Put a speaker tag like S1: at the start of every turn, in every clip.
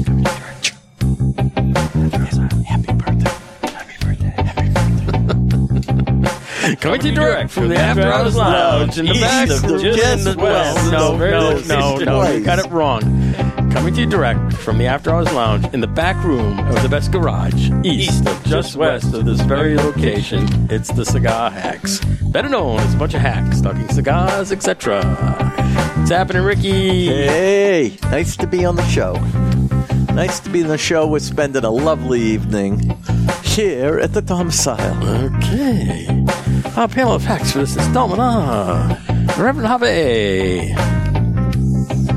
S1: Coming direct from the After Hours Lounge in the
S2: East
S1: back
S2: of
S1: room
S2: the
S1: in the
S2: just west
S1: No,
S2: of
S1: no,
S2: this
S1: no, no, you
S2: place.
S1: got it wrong. Coming to you direct from the After Hours Lounge in the back room of the best garage, east of just west of this very location. It's the Cigar Hacks, better known as a bunch of hacks talking cigars, etc. It's happening, Ricky.
S2: Hey, nice to be on the show. Nice to be on the show. We're spending a lovely evening here at the domicile.
S1: Okay. Our panel of hacks for this installment are Reverend Harvey,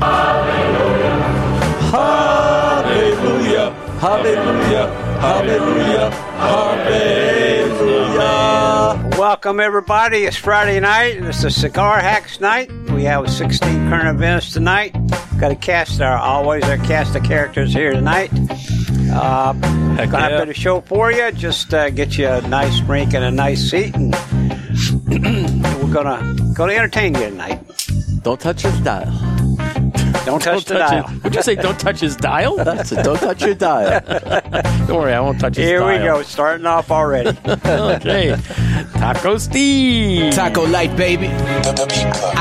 S2: Hallelujah, hallelujah, hallelujah, hallelujah.
S3: Welcome, everybody. It's Friday night. and It's a Cigar Hacks night. We have 16 current events tonight. Got a cast, our always our cast of characters here tonight. Uh,
S1: Heck
S3: got
S1: yeah.
S3: a bit of show for you. Just uh, get you a nice drink and a nice seat, and we're gonna gonna entertain you tonight.
S2: Don't touch his dial.
S3: Don't touch the
S1: touch
S3: dial.
S1: his- Would you say don't touch his dial?
S2: That's it. Don't touch your dial.
S1: Don't worry, I won't touch his
S3: Here
S1: dial.
S3: we go. Starting off already.
S1: Okay. Taco Steve.
S4: Taco light, baby. I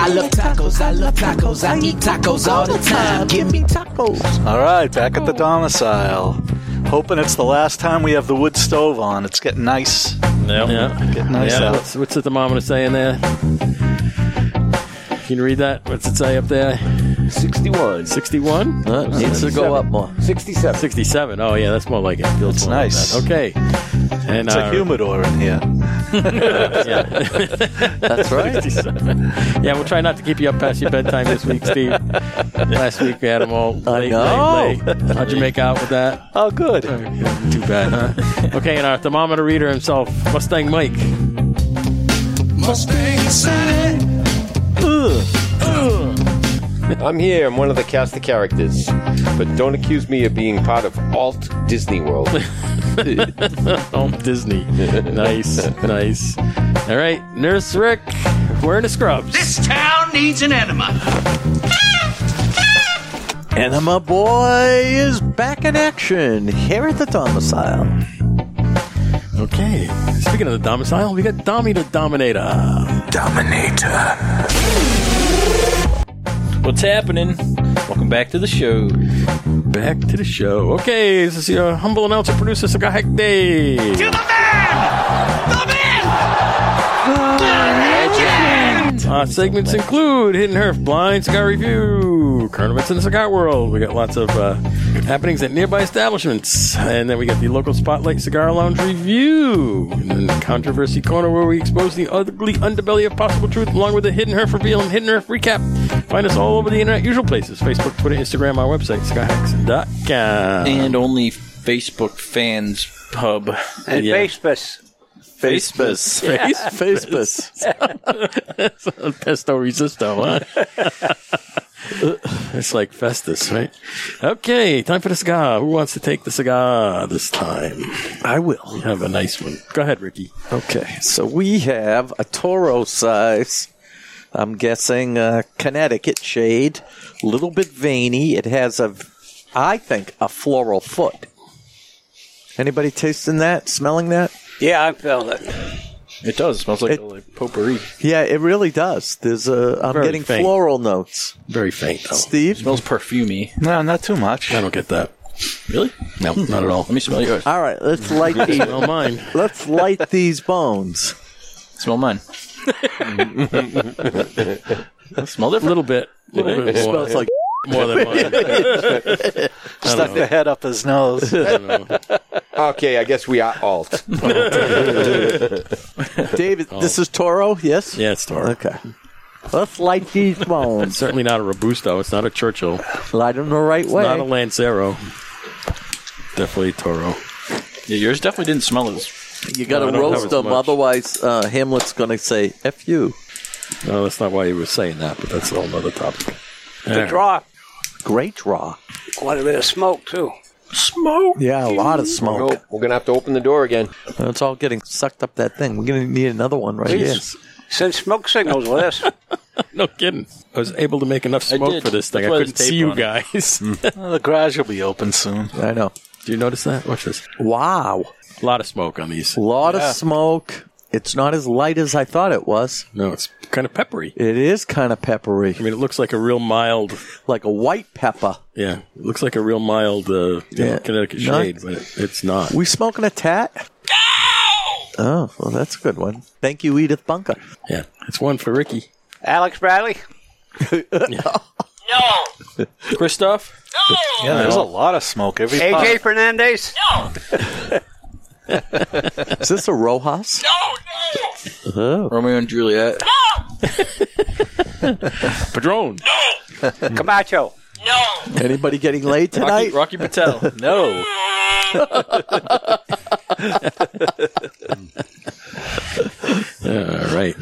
S4: love tacos. I love tacos. I eat tacos all the time. Give me tacos.
S5: All right, back
S1: Oh.
S5: at the domicile. Hoping it's the last time we have the wood stove on. It's getting nice.
S1: Yeah.
S5: Getting nice
S1: yeah.
S5: out.
S1: What's, what's the thermometer saying there? Can you read that? What's it say up there?
S6: 61.
S1: 61?
S2: Uh, needs to go up more.
S6: 67.
S1: 67. Oh, yeah, that's more like it. Feels
S5: It's
S1: more like
S5: nice.
S1: that. Okay. And
S5: It's a
S1: our-
S5: humidor in here.
S1: Yeah.
S2: That's right.
S1: 67. Yeah, we'll try not to keep you up past your bedtime this week, Steve. Last week we had them all
S2: I
S1: late,
S2: know.
S1: late, late. How'd you make out with that?
S5: Oh, good.
S1: Too bad, huh? Okay, and our thermometer reader himself, Mustang Mike.
S6: I'm here. I'm one of the cast of characters. But don't accuse me of being part of Alt Disney World.
S1: Oh, Disney. Nice, nice. All right, Nurse Rick, wearing the scrubs.
S7: This town needs an enema.
S2: Enema Boy is back in action here at the domicile.
S1: Okay. Speaking of the domicile, we got Dommy the Dominator.
S8: What's happening? Welcome back to the show.
S1: Back to the show. Okay, this is your humble announcer, producer, Cigar Hack Day.
S7: To the man! The man!
S1: Our Uh, segments include Hidden Herf, Blind Cigar Review, Current Events in the Cigar World. We got lots of uh, happenings at nearby establishments. And then we got the local Spotlight Cigar Lounge Review. And then the Controversy Corner, where we expose the ugly underbelly of possible truth, along with the Hidden Herf Reveal and Hidden Herf Recap. Find us all over the internet, usual places Facebook, Twitter, Instagram, our website, cigarhacks.com.
S8: And only Facebook fans pub.
S3: And
S1: Yeah.
S3: Facebook's
S2: Facebus.
S1: Face-
S2: Facebus.
S1: Pesto resisto, huh? it's like Festus, right? Okay, time for the cigar. Who wants to take the cigar this time?
S2: I will.
S1: You have a nice one. Go ahead, Ricky.
S2: Okay, so we have a Toro size. I'm guessing uh, Connecticut shade, a little bit veiny. It has a, I think, a floral foot. Anybody tasting that? Smelling that?
S3: yeah, I felt it.
S8: It does. It smells like,
S2: It-
S8: like potpourri. It
S2: Yeah, it really does. There's a. I'm
S1: Very
S2: getting
S1: faint.
S2: floral notes.
S1: Very faint, though.
S2: Steve.
S8: smells perfumey.
S5: No, not too much.
S1: I don't get that.
S8: Really?
S1: No, not at all.
S8: Let me smell yours.
S2: All right, let's light these.
S1: Smell mine.
S2: let's light these bones.
S8: Smell mine. smell
S1: A
S8: different.
S1: little bit. A little bit
S2: It
S1: more,
S2: smells like
S1: more than mine.
S5: Stuck the head up his nose.
S6: okay, I guess we are Alt.
S2: David.
S1: Oh.
S2: This is Toro. Yes.
S1: Yeah, it's dark.
S2: Okay. Let's light these bones.
S1: Certainly not a Robusto. It's not a Churchill.
S2: Light them the right way.
S1: Not a Lancero. Definitely Toro.
S8: Yeah, yours definitely didn't smell as.
S2: You got to
S1: No, I don't have
S2: roast
S1: as
S2: them,
S1: much.
S2: otherwise uh, Hamlet's going to say "f you."
S1: No, that's not why he was saying that, but that's a whole other topic.
S3: The draw
S2: Great draw.
S3: quite a bit of smoke too.
S2: Yeah, a lot of smoke.
S6: oh, we're going to have to open the door again.
S2: It's all getting sucked up that thing. We're going to need another one right here.
S3: Please. Send smoke signals with us.
S1: No kidding. I was able to make enough
S8: I
S1: smoke
S8: did.
S1: for this thing.
S8: That's
S1: I
S8: why
S1: couldn't
S8: there's
S1: see
S8: tape
S1: you
S8: on it.
S1: guys. Do
S5: Well, the garage will be open soon.
S2: I know.
S1: you notice that? Watch this.
S2: Wow,
S1: A lot of smoke on these.
S2: a lot of smoke. It's not as light as I thought it was.
S1: No, it's kind of peppery.
S2: It is kind of peppery,
S1: I mean, it looks like a real mild.
S2: like a white pepper.
S1: Yeah, it looks like a real mild uh, you know,
S2: Yeah.
S1: Connecticut
S2: Not-
S1: shade, but it- it's not.
S2: We smoking a tat? Oh, well, that's a good one. Thank you, Edith Bunker.
S1: Yeah, it's one for Ricky.
S3: Alex Bradley?
S7: No.
S8: Christoph?
S7: No.
S5: Yeah, there's a lot of smoke every
S2: Uh,
S3: AJ
S5: pot.
S3: Fernandez?
S7: No.
S2: Is this a Rojas?
S7: No.
S2: Oh.
S9: Romeo and Juliet.
S7: No.
S1: Padron.
S3: Camacho?
S7: No.
S2: Anybody getting laid
S8: Rocky,
S2: tonight?
S8: Rocky Patel.
S5: No.
S1: All right.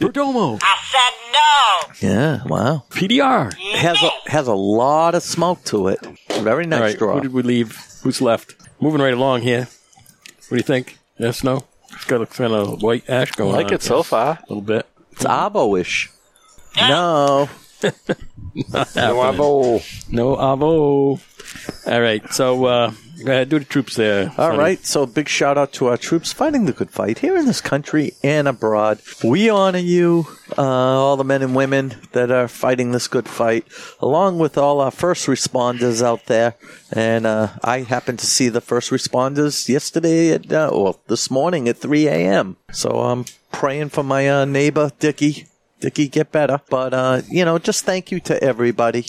S1: Perdomo.
S7: I said no.
S2: Yeah, wow.
S1: PDR.
S2: It has a, has a lot of smoke to it. Very nice
S1: All right,
S2: draw.
S1: who did we leave? Who's left? Moving right along here. What do you think? Yes, no? It's got a kind of white ash going on.
S5: Like it so far.
S1: A little bit.
S2: Uh, it's Abo-ish. No. Ah,
S6: No, I'm old.
S1: No avo. All right, so uh, go ahead, do the troops there.
S2: All right, so big shout out to our troops fighting the good fight here in this country and abroad. We honor you, uh, all the men and women that are fighting this good fight, along with all our first responders out there. And uh, I happened to see the first responders yesterday at, uh, or this morning at 3 a.m. So I'm praying for my uh, neighbor, Dickie. Dickie, get better. But, uh, you know, just thank you to everybody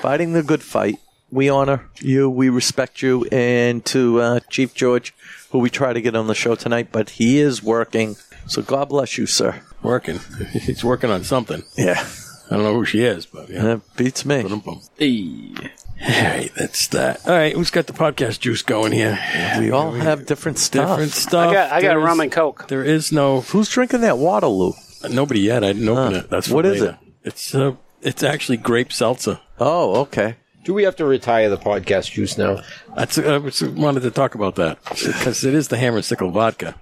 S2: fighting the good fight. We honor you, we respect you, and to uh, Chief George, who we try to get on the show tonight, but he is working. So God bless you, sir.
S1: Working. He's working on something.
S2: Yeah,
S1: I don't know who she is, but yeah.
S2: that beats me.
S1: Ba-dum-bum.
S9: Hey.
S1: All right, that's that. All right, who's got the podcast juice going here?
S2: We all have different stuff.
S1: Different stuff.
S3: I got, I got
S1: There is-
S3: rum and coke.
S1: There is no
S2: Who's drinking that Waterloo?
S1: nobody yet. I didn't open
S2: Huh.
S1: it. That's
S2: What is
S1: it? It's uh, it's actually grape seltzer.
S2: Oh, okay.
S6: Do we have to retire the podcast juice now?
S1: That's uh, I was- wanted to talk about that because it is the hammer and sickle vodka,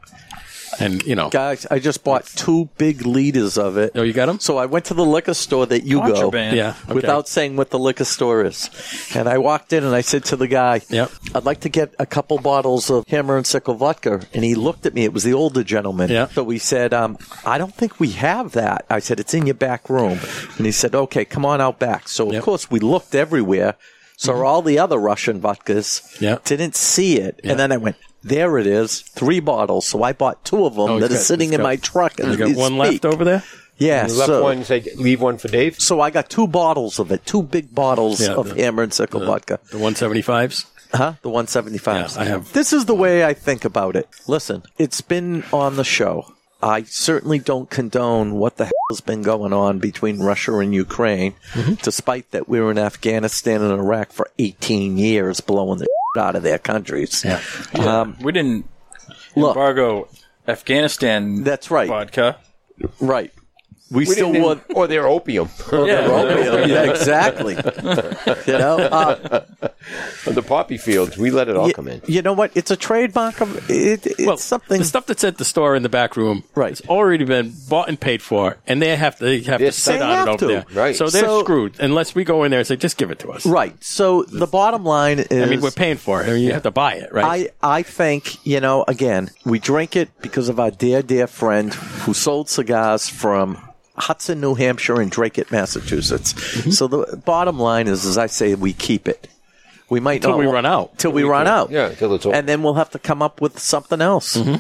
S1: and you know,
S2: Guys, I just bought two big liters of it.
S1: oh, you got them.
S2: So I went to the liquor store that you go
S8: Contraband.
S1: yeah, okay.
S2: without saying what the liquor store is. And I walked in and I said to the guy,
S1: Yep.
S2: I'd like to get a couple bottles of Hammer and Sickle vodka. And he looked at me. It was the older gentleman.
S1: Yeah.
S2: So we said, um, I don't think we have that. I said, it's in your back room. And he said, okay, come on out back. So, of
S1: Yep. Mm-hmm.
S2: course, we looked everywhere. So all the other Russian vodkas
S1: Yeah.
S2: didn't see it. And then I went, there it is, three bottles. So I bought two of them
S1: Oh,
S2: that
S1: he's
S2: are
S1: got-
S2: sitting
S1: he's
S2: in
S1: got-
S2: my truck. as
S1: You got
S2: we
S1: one
S2: speak.
S1: left over there.
S2: Yeah.
S6: You left
S2: so,
S6: one, say, leave one for Dave?
S2: so I got two bottles of it, two big bottles
S1: Yeah,
S2: of
S1: the-
S2: Hammer and Sickle vodka.
S1: The one seventy fives.
S2: Huh? The 175.
S1: Yeah, I have-
S2: This is the way I think about it. Listen, it's been on the show. I certainly don't condone what the hell has been going on between Russia and Ukraine,
S1: Mm-hmm.
S2: despite that we were in Afghanistan and Iraq for 18 years blowing the out of their countries. Um,
S8: We didn't
S2: look,
S8: embargo Afghanistan
S2: that's right.
S8: vodka.
S2: Right. We, still
S6: didn't-
S2: want
S6: or their opium.
S8: Yeah,
S2: yeah, exactly. you know, uh,
S6: the poppy fields. We let it all
S2: Y-
S6: come in.
S2: You know what? It's a trademark of it, it's
S1: Well,
S2: something.
S1: The stuff that's at the store in the back room,
S2: Right.
S1: It's already been bought and paid for, and they have to they have
S6: They
S1: to sit on
S2: have
S1: it over
S2: to.
S1: there.
S6: Right.
S1: So they're
S2: So-
S1: screwed unless we go in there and say, just give it to us.
S2: right. So the bottom line is,
S1: I mean, we're paying for it. I mean, you have to buy it, right?
S2: I, I think, you know, again, we drink it because of our dear, dear friend who sold cigars from Hudson, New Hampshire and Dracut, Massachusetts.
S1: Mm-hmm.
S2: So the bottom line is, as I say, we keep it. We might
S1: Till
S2: not
S1: we
S2: wa-
S1: run out.
S2: Till we run out.
S6: Yeah, till it's over.
S2: And then we'll have to come up with something else.
S1: Mm-hmm.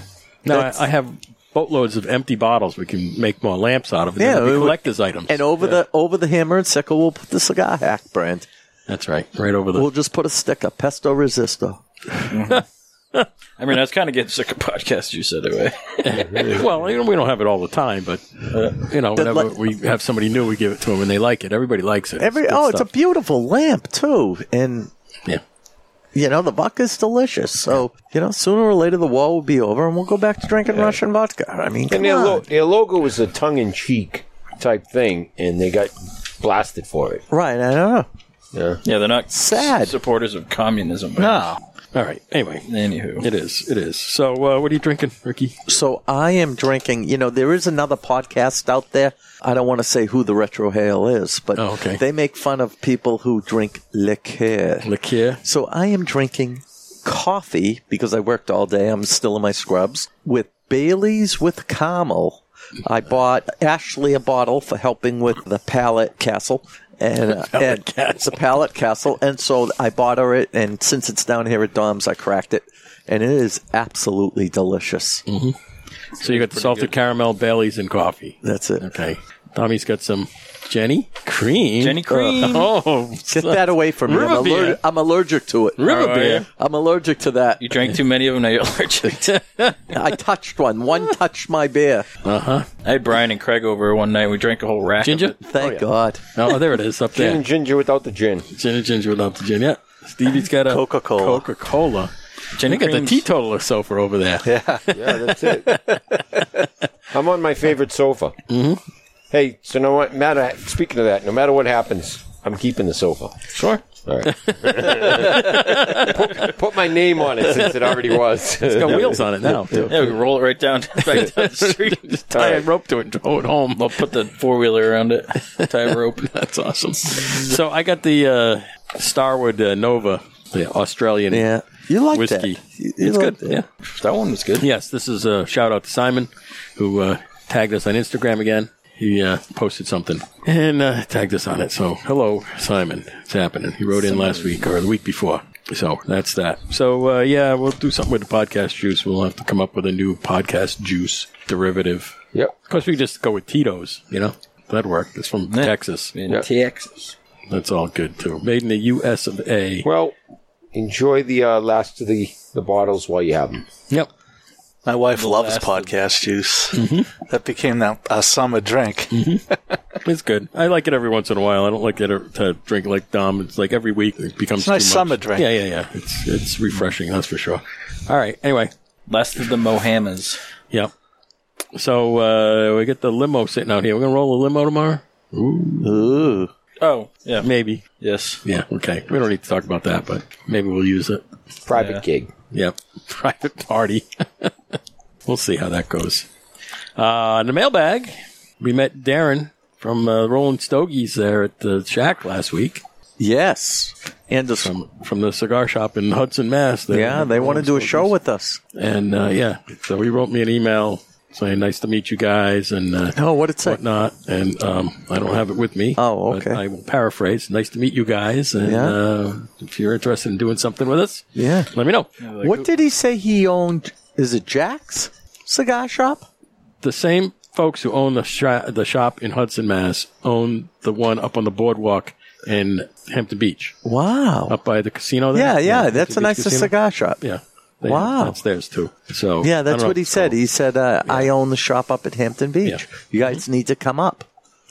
S1: No,
S2: That's-
S1: I, I have boatloads of empty bottles. We can make more lamps out of. Yeah,
S2: Yeah,
S1: they'll be
S2: we would-
S1: collectors items.
S2: And over the over the hammer and sickle, we'll put the cigar hack brand.
S1: That's right, right over the.
S2: We'll just put a sticker, pesto resisto.
S8: I mean, I was kind of getting sick of podcast juice anyway. Uh,
S1: well, you know, we don't have it all the time, but you know,
S2: The
S1: whenever
S2: li-
S1: we have somebody new, we give it to them, and they like it. Everybody likes it.
S2: Every
S1: good
S2: oh, it's
S1: stuff.
S2: a beautiful lamp too, and
S1: yeah.
S2: you know the vodka's delicious. So you know, sooner or later the war will be over, and we'll go back to drinking Russian vodka. I mean, come
S6: And their,
S2: on.
S6: lo- their logo was a tongue in cheek type thing, and they got blasted for it.
S2: right? I don't know.
S8: yeah, they're not
S2: Sad.
S8: s- supporters of communism.
S5: No.
S1: All right. Anyway,
S8: Anywho.
S1: it is. It is. So, uh, what are you drinking, Ricky?
S2: So I am drinking. You know, there is another podcast out there. I don't want to say who the retro hail is, but
S1: Oh, okay.
S2: they make fun of people who drink liqueur.
S1: Liqueur.
S2: So I am drinking coffee because I worked all day. I'm still in my scrubs with Bailey's with caramel. I bought Ashley a bottle for helping with the pallet castle. And, uh, and it's a pallet castle, and so I bought her it. And since it's down here at Dom's, I cracked it, and it is absolutely delicious.
S1: So you got salted caramel, Baileys, and coffee.
S2: That's it.
S1: Okay. Tommy's got some Jenny cream.
S8: Jenny Cream.
S1: oh,
S2: Get that away from me. I'm,
S1: River beer.
S2: aller- I'm allergic to it.
S1: river
S8: Oh,
S1: beer.
S2: I'm allergic to that.
S8: You drank too many of them, now you're allergic.
S2: I touched one. One touched my beer.
S8: I had Brian and Craig over one night. We drank a whole rack. of
S1: Ginger?
S8: it.
S2: Thank God.
S1: Oh, there it is up
S6: Gin
S1: there.
S6: and ginger without the gin.
S1: Gin and ginger without the gin. Yeah. Stevie's got a
S5: Coca-Cola.
S1: Coca Cola.
S8: Gin
S1: They
S8: and
S1: got the
S8: creams.
S1: teetotaler sofa over there.
S6: Yeah, that's it. I'm on my favorite sofa. Mm-hmm. Hey, so no what- matter. Speaking of that, no matter what happens, I'm keeping the sofa.
S1: Sure.
S6: All right. put, put my name on it since it already was.
S1: It's got wheels on it now. Too.
S8: Yeah, we could roll it right down, back down the street.
S1: Just tie a rope to it and throw it home.
S8: I'll put the four wheeler around it, tie a rope.
S1: That's awesome. So I got the uh, Starwood uh, Nova, the Australian
S2: Yeah. You like
S1: whiskey.
S2: that. You- you
S1: it's good.
S2: like that.
S1: Yeah.
S8: That one was good.
S1: Yes, this is a shout out to Simon, who uh, tagged us on Instagram again. He uh, posted something and uh, tagged us on it. So, hello, Simon. It's happening. He wrote in last week or the week before. So, that's that. So, uh, yeah, we'll do something with the podcast juice. We'll have to come up with a new podcast juice derivative.
S6: Yep.
S1: Of course, we just go with Tito's, you know? That'd work. It's from Texas.
S8: In
S6: Yeah.
S8: Texas.
S1: That's all good, too. Made in the U.S. of A.
S6: Well, enjoy the uh, last of the, the bottles while you have them.
S1: Yep.
S5: My wife loves podcast juice.
S8: Mm-hmm.
S5: That became now a summer drink.
S1: It's good. I like it every once in a while. I don't like it to drink like Dom. It's like every week it becomes
S5: It's a nice
S1: too much.
S5: summer drink.
S1: Yeah, yeah, yeah. It's it's refreshing. That's for sure. All right. Anyway,
S8: Last of the Mohammeds.
S1: yeah. So uh, we get the limo sitting out here. We're gonna roll a limo tomorrow.
S2: Ooh.
S8: Oh, yeah.
S1: Maybe.
S8: Yes.
S1: Yeah. Okay. We don't need to talk about that, but maybe we'll use it.
S6: Private gig.
S1: Yep. Private party. we'll see how that goes. Uh, in the mailbag, we met Darren from uh, Rolling Stogies there at the shack last week.
S2: Yes. And this,
S1: from from the cigar shop in Hudson, Mass. They-
S2: yeah, they want to do a show with us.
S1: and uh, yeah, so he wrote me an email saying, "Nice to meet you guys," and uh,
S2: Oh, what did it say?
S1: whatnot. And um, I don't have it with me.
S2: Oh,
S1: but
S2: okay.
S1: I will paraphrase. Nice to meet you guys, and
S2: Yeah.
S1: uh, if you're interested in doing something with us,
S2: Yeah.
S1: let me know.
S2: What did he say he owned? Is it Jack's cigar shop?
S1: The same folks who own the sha- the shop in Hudson, Mass, own the one up on the boardwalk in Hampton Beach,
S2: Wow.
S1: up by the casino. There.
S2: yeah, yeah,
S1: Hampton
S2: that's a
S1: Beach
S2: nice
S1: Casino.
S2: cigar shop.
S1: Yeah. They-
S2: Wow.
S1: that's theirs too. So
S2: Yeah,
S1: I
S2: that's
S1: don't
S2: what
S1: know.
S2: he said.
S1: So-
S2: He said, uh, "I own the shop up at Hampton Beach.
S1: Yeah. Mm-hmm.
S2: You guys need to come up."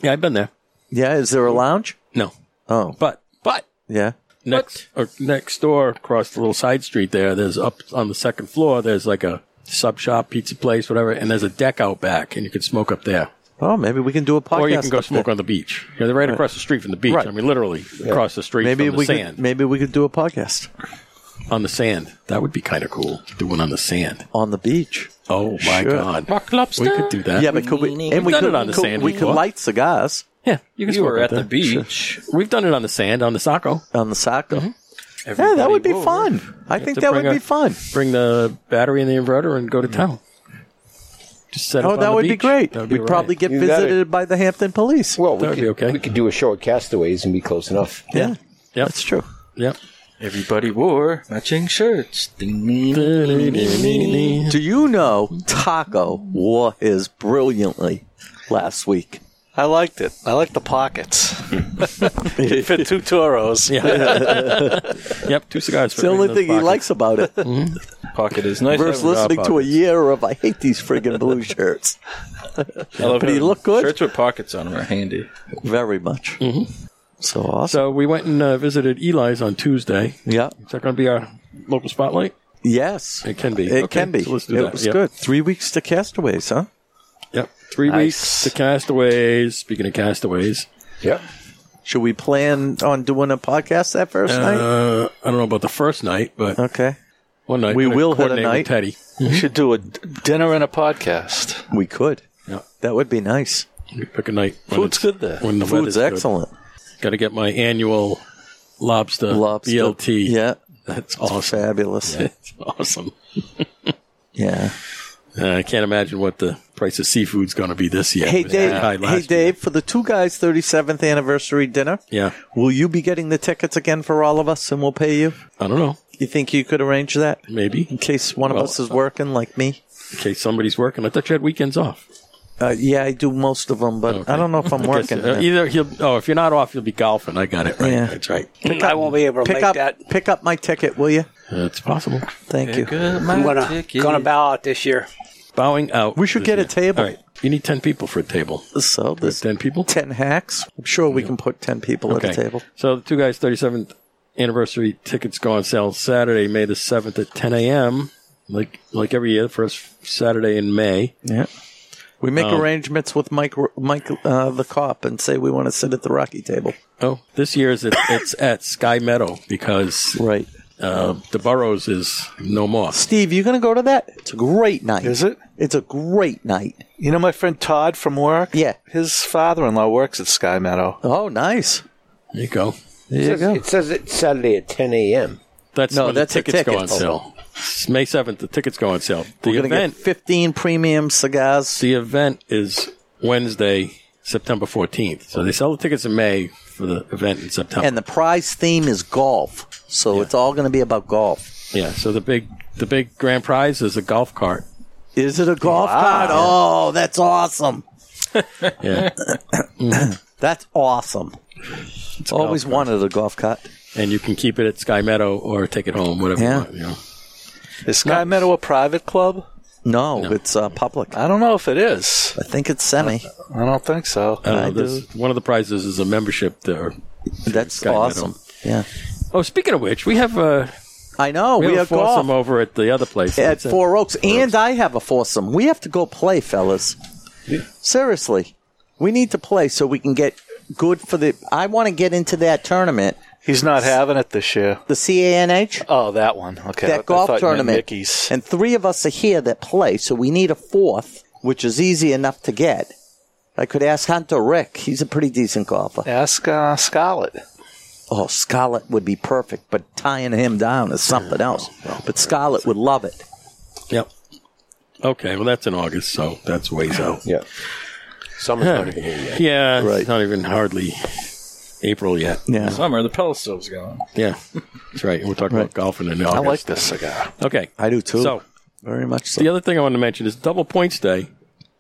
S1: yeah, I've been there.
S2: Yeah, is there a lounge?
S1: No,
S2: Oh,
S1: Mm-hmm. but but
S2: yeah.
S1: next or next door across the little side street there. There's up on the second floor. There's like a sub shop, pizza place, whatever, and there's a deck out back, and you can smoke up there,
S2: Oh, maybe we can do a podcast.
S1: or you can go
S2: up
S1: smoke
S2: there.
S1: on the beach. Yeah, they're right, across the street from the beach.
S2: Right.
S1: I mean, literally across the street
S2: Maybe
S1: from the
S2: we
S1: sand.
S2: could. Maybe we could do a podcast
S1: on the sand, that would be kind of cool. Do one on the sand.
S2: on the beach.
S1: Oh my
S2: Sure.
S1: god, we could do that.
S2: yeah, but could we? And we
S1: done
S2: could,
S1: it on the
S2: could-
S1: sand
S2: We could
S1: before.
S2: light cigars
S1: yeah, you can
S8: You
S1: smoke
S8: were
S1: out
S8: at the
S1: there.
S8: beach.
S1: We've done it on the sand on the Saco.
S2: on the Saco.
S1: Mm-hmm.
S2: Yeah, that would be fun. I think
S1: to
S2: that
S1: bring
S2: would
S1: a-
S2: be fun. Mm.
S1: Bring the battery and the inverter and go to town. Just set up
S2: Oh,
S1: on
S2: that
S1: the
S2: would be
S1: beach.
S2: great.
S1: That would
S2: We'd
S1: all right.
S2: probably get
S6: You got it.
S2: visited by the Hampton police.
S6: Well, we
S1: That would
S6: could,
S1: be okay.
S6: we could do a show at Castaways and be close enough.
S2: yeah,
S1: Yep.
S2: that's true.
S1: Yep.
S8: Everybody wore matching shirts. Ding, ding, ding.
S1: Did-
S2: Do you know Taco wore his brilliantly last week?
S5: I liked it. I like the pockets. it fit two toros.
S1: yep, two cigars.
S2: It's the only thing he likes about it.
S8: Pocket is nice.
S2: Versus listening to a year of I hate these friggin' blue shirts.
S8: I love
S2: But
S8: how
S2: he looked good.
S8: Shirts with pockets on them are handy.
S2: Very much.
S1: Mm-hmm.
S2: So awesome.
S1: So we went and uh, visited Eli's on Tuesday.
S2: yeah.
S1: Is that going to be our local spotlight?
S2: Yes.
S1: It can be.
S2: It
S1: Okay,
S2: can be.
S1: so let's do
S2: it
S1: that.
S2: was
S1: Yep.
S2: good. Three weeks to Castaways, huh?
S1: Yep. Three
S2: Nice.
S1: weeks to Castaways. Speaking of Castaways,
S6: Yep.
S2: Should we plan on doing a podcast that first night?
S1: uh, I don't know about the first night, but
S2: Okay.
S1: one night
S2: Uh, we
S1: we're gonna
S2: will hit a
S1: coordinate with
S2: night.
S1: Teddy.
S5: We should do a d- dinner and a podcast.
S2: We could.
S1: Yeah.
S2: That would be nice.
S1: We pick a night. When
S5: Food's
S1: it's-
S5: good there.
S1: When the
S2: Food's excellent.
S1: Got to get my annual lobster,
S2: Lobster.
S1: BLT.
S2: Yeah.
S1: that's awesome.
S2: Fabulous.
S1: It's awesome.
S2: Yeah.
S1: Uh, I can't imagine what the price of seafood's going to be this year.
S2: Hey
S1: It was pretty
S2: Dave,
S1: high last
S2: hey
S1: year.
S2: Dave, for the two guys' thirty-seventh anniversary dinner,
S1: Yeah,
S2: will you be getting the tickets again for all of us, and we'll pay you?
S1: I don't know.
S2: You think you could arrange that
S1: Maybe
S2: in case one
S1: Well, uh,
S2: of us is working, like me?
S1: in case somebody's working. I thought you had weekends off.
S2: Uh, yeah, I do most of them, but I don't know if I'm working.
S1: Uh, Either he'll. Oh, if you're not off, you'll be golfing. I got it right.
S2: Yeah.
S1: That's right.
S3: I won't be able to
S2: pick
S3: make
S2: up,
S3: that.
S2: pick up my ticket, will you?
S1: That's possible.
S2: Thank you.
S3: I'm gonna gonna bow out this year.
S1: Bowing out.
S2: We should
S1: this
S2: get a
S1: year.
S2: table.
S1: All right. You need ten people for a table.
S2: So there's
S1: Ten people.
S2: ten hacks. I'm sure we can put ten people at the table.
S1: So the two guys 37th anniversary tickets go on sale Saturday, May the 7th at 10 a.m. Like like every year, the first Saturday in May.
S2: Yeah. We make arrangements with Mike, Mike uh, the cop, and say we want to sit at the Rocky table.
S1: Oh, this year's it, it's at Sky Meadow because
S2: Right.
S1: uh, the Burrows is no more.
S2: Steve, you going to go to that? It's a great night.
S5: Is it?
S2: It's a great night.
S5: You know my friend Todd from work?
S2: Yeah.
S5: His father in law works at Sky Meadow.
S2: Oh, nice.
S1: There you go.
S2: There you go.
S6: It says it's Saturday at 10 a.m.
S1: That's
S2: No,
S1: when
S2: that's
S1: the
S2: the
S1: tickets go on
S2: tickets.
S1: sale. It's May 7th, the tickets go on sale. The
S2: We're going to get
S1: event
S2: 15 premium cigars.
S1: the event is Wednesday, September 14th. So they sell the tickets in May for the event in September.
S2: And the prize theme is golf. So it's all going to be about golf.
S1: Yeah, so the big the big grand prize is a golf cart.
S2: Is it a golf cart? Oh, that's awesome.
S1: Yeah.
S2: That's awesome.
S1: It's a golf
S2: Always
S1: cart.
S2: wanted a golf cart.
S1: And you can keep it at Sky Meadow or take it home, whatever
S2: Yeah.
S1: you want. You know.
S5: Is Sky Meadow a private club?
S2: No, it's uh, public.
S5: I don't know if it is.
S2: I think it's semi.
S5: I don't think so.
S1: I don't
S2: I
S1: know, this- Uh, one of the prizes is a membership there.
S2: That's
S1: Sky
S2: awesome. Yeah.
S1: Oh, speaking of which, we have uh,
S2: I know.
S1: we,
S2: We,
S1: have
S2: have
S1: a foursome
S2: golf
S1: over at the other place.
S2: at
S1: It's a-
S2: Four Oaks, and I have a foursome. We have to go play, fellas. Seriously, we need to play so we can get good for the. I want to get into that tournament,
S5: He's not having it this year.
S2: the CANH,
S5: Oh, that one. Okay. I- I
S2: that golf
S5: thought you meant
S2: tournament.
S5: Mickey's.
S2: And three of us are here that play, so we need a fourth, which is easy enough to get. I could ask Hunter Rick. He's a pretty decent golfer.
S5: Ask uh, Scarlett.
S2: Oh, Scarlett would be perfect, but tying him down is something else. But Scarlett would love it.
S1: Yep. Okay, well, that's in August, so that's ways out.
S6: Yeah. Summer's not even here yet.
S1: Yeah, it's
S2: Right.
S1: not even hardly April yet.
S2: Yeah.
S8: Summer, the Pelosov's gone.
S1: Yeah, that's right. We're talking about golfing in
S5: I
S1: August.
S5: like this cigar.
S1: okay.
S2: I do too.
S1: So,
S2: Very much so.
S1: The other thing I wanted to mention is Double Points Day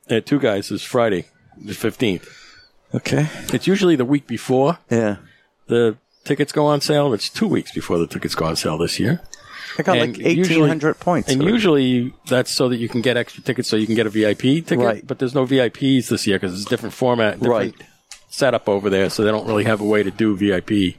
S1: at Two Guys is Friday, the 15th.
S2: Okay.
S1: It's usually the week before
S2: Yeah.
S1: the tickets go on sale. It's two weeks before the tickets go on sale this year.
S2: I got
S1: And
S2: like 1,800 points.
S1: And usually that's so that you can get extra tickets so you can get a VIP ticket.
S2: Right.
S1: But there's no VIPs this year because it's a different format, different
S2: Right.
S1: setup over there. So they don't really have a way to do VIP.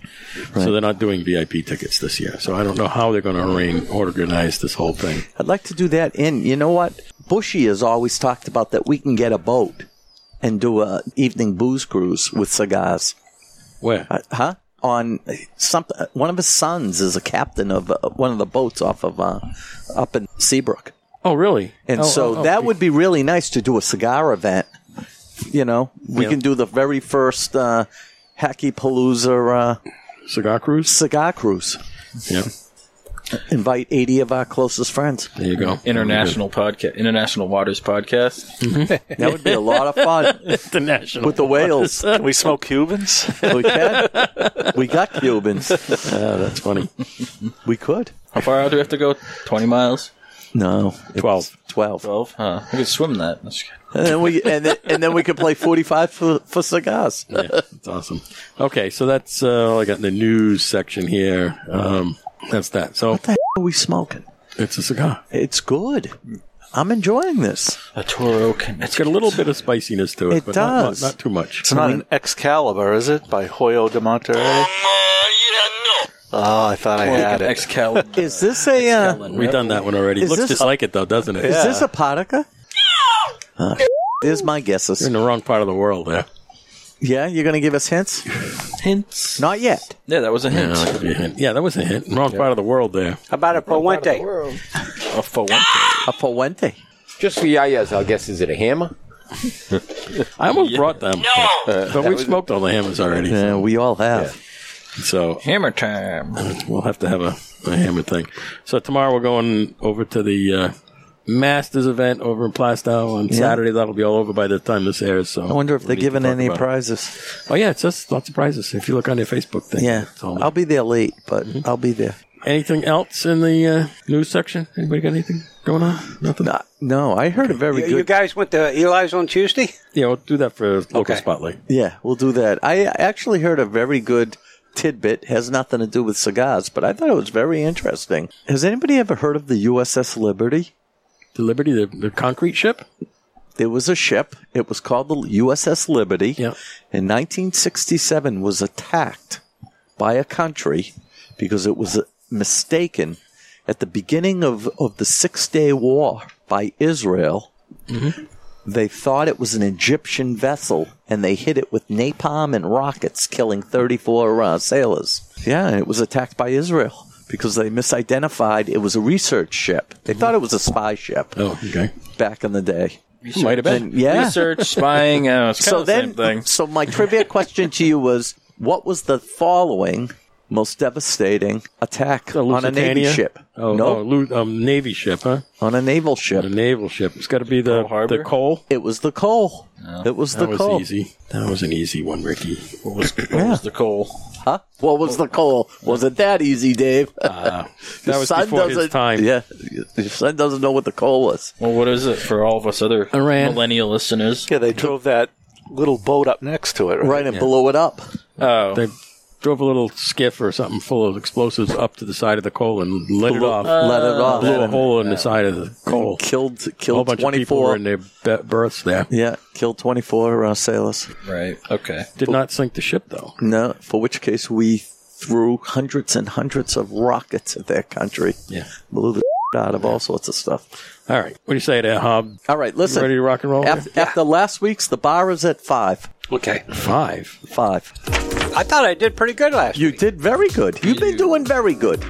S1: So they're not doing VIP tickets this year. So I don't know how they're going to arrange, organize this whole thing.
S2: I'd like to do that in, you know what? Bushy has always talked about that we can get a boat and do a evening booze cruise with cigars.
S1: Where?
S2: Uh, Huh? On something, one of his sons is a captain of uh, one of the boats off of uh, up in Seabrook.
S1: oh, really?
S2: And
S1: Oh,
S2: so
S1: oh, oh.
S2: that would be really nice to do a cigar event. You know, we
S1: Yeah.
S2: can do the very first uh, Hacky Palooza uh,
S1: Cigar Cruise?
S2: cigar cruise.
S1: Yeah.
S2: Invite 80 of our closest friends.
S1: There you go.
S8: International podcast, International Waters podcast.
S2: That would be a lot of fun
S1: International.
S2: with the whales.
S5: Can we smoke Cubans?
S2: We can. We got Cubans.
S1: Oh, that's funny.
S2: We could.
S8: How far out do we have to go? Twenty miles?
S2: No, it's
S1: 12.
S2: Twelve.
S8: Twelve? Huh. We could swim that. That's good.
S2: And then we and then, and then we could play forty-five for, for cigars.
S1: That's awesome. Okay, so that's uh, all I got in the news section here. Um, that's that. So
S2: Are we smoking?
S1: it's a cigar.
S2: It's good. I'm enjoying this.
S8: A Toro can.
S1: It's got a little bit of spiciness to it,
S2: It
S1: but not-
S2: does.
S1: Not, not, too much.
S5: It's not an Excalibur, is it? By Hoyo de Monterrey?
S7: you
S5: Oh, I thought I had it.
S8: Excalibur.
S2: Is this a uh,
S1: We've done that one already.
S2: Is
S1: Looks
S2: this-
S1: just like it though, doesn't it?
S2: is this a Podica? Ah, There's my guesses.
S1: You're in the wrong part of the world there.
S2: Yeah, you're gonna give us hints?
S8: hints?
S2: Not yet.
S8: Yeah, that was a hint.
S1: Yeah, that could be a hint. Yeah, that was a hint. Wrong part of the world there.
S3: How about a Puente?
S8: A for one.
S2: A Fuente.
S6: Just for yayas, I guess, is it a hammer?
S1: I almost brought them, Uh,
S7: know. No.
S1: but we've smoked all the hammers already.
S2: Yeah, we all have.
S1: So
S8: Hammer time.
S1: We'll have to have a, a hammer thing. So tomorrow we're going over to the uh, Masters event over in Plastow on Saturday. That'll be all over by the time this airs. So
S2: I wonder if they're
S1: we need to
S2: giving
S1: talk
S2: any
S1: about it.
S2: prizes.
S1: Oh yeah, it's just lots of prizes. If you look on their Facebook thing,
S2: Yeah,
S1: it's all there.
S2: I'll be there late, but I'll be there.
S1: Anything else in the uh, news section? Anybody got anything going on? Nothing.
S2: No, no, I heard a very
S3: You, you
S2: good.
S3: guys went to Eli's on Tuesday?
S1: Yeah, we'll do that for local
S3: Okay.
S1: spotlight.
S2: yeah, we'll do that. I actually heard a very good tidbit. Has nothing to do with cigars, but I thought it was very interesting. Has anybody ever heard of the USS Liberty?
S1: The Liberty, the, the concrete ship.
S2: There was a ship. It was called the USS Liberty.
S1: Yeah.
S2: In 1967, was attacked by a country because it was mistaken at the beginning of, of the Six Day War by Israel. They thought it was an Egyptian vessel, and they hit it with napalm and rockets, killing 34 uh, sailors. Yeah, and it was attacked by Israel because they misidentified it was a research ship. They thought it was a spy ship
S1: Oh, okay.
S2: back in the day.
S1: Might have been.
S2: And yeah.
S8: Research, spying, uh, it's kind
S2: so
S8: of the
S2: then,
S8: same thing.
S2: so my trivia question to you was: What was the following most devastating attack
S1: The
S2: on a navy
S1: Lusitania?
S2: ship?
S1: Oh,
S2: no,
S1: oh, Lu- um, navy ship, huh?
S2: on a naval
S1: The
S2: ship.
S1: naval ship. It's got to be the
S8: Pearl Harbor?
S1: the coal.
S2: It was the coal. It was
S1: Oh,
S2: the
S1: That was
S2: coal.
S1: easy. That was an easy one, Ricky.
S8: What was, what was the coal?
S2: Huh? What was the coal? Was it that easy, Dave?
S1: Ah, That was before his time.
S2: Yeah, your son doesn't know what the coal was.
S8: Well, what is it for all of us other
S1: Iran.
S8: millennial listeners?
S5: Yeah, they drove that little boat up next to it, right?
S2: Right, and blow it up.
S8: Oh,
S1: They drove a little skiff or something full of explosives up to the side of the coal and lit it off.
S2: Let Uh, it off.
S1: blew a
S2: and
S1: hole in the side of the coal.
S2: Killed,
S1: A whole
S2: killed
S1: bunch of
S2: twenty
S1: people were
S2: four.
S1: in their be- berths there.
S2: Yeah, killed twenty four uh, sailors.
S8: right. Okay.
S1: Did not sink the ship though.
S2: No, for which case we threw hundreds and hundreds of rockets at their country.
S1: Yeah.
S2: Blew the out of all sords of stuff.
S1: All right. What do you say there, Hob?
S2: All right,
S1: You
S2: listen.
S1: ready to rock and roll?
S2: After, after last week's, the bar is at five.
S3: Okay.
S1: Five.
S2: Five.
S3: I thought I did pretty good last
S2: You did very good. You've been doing very good.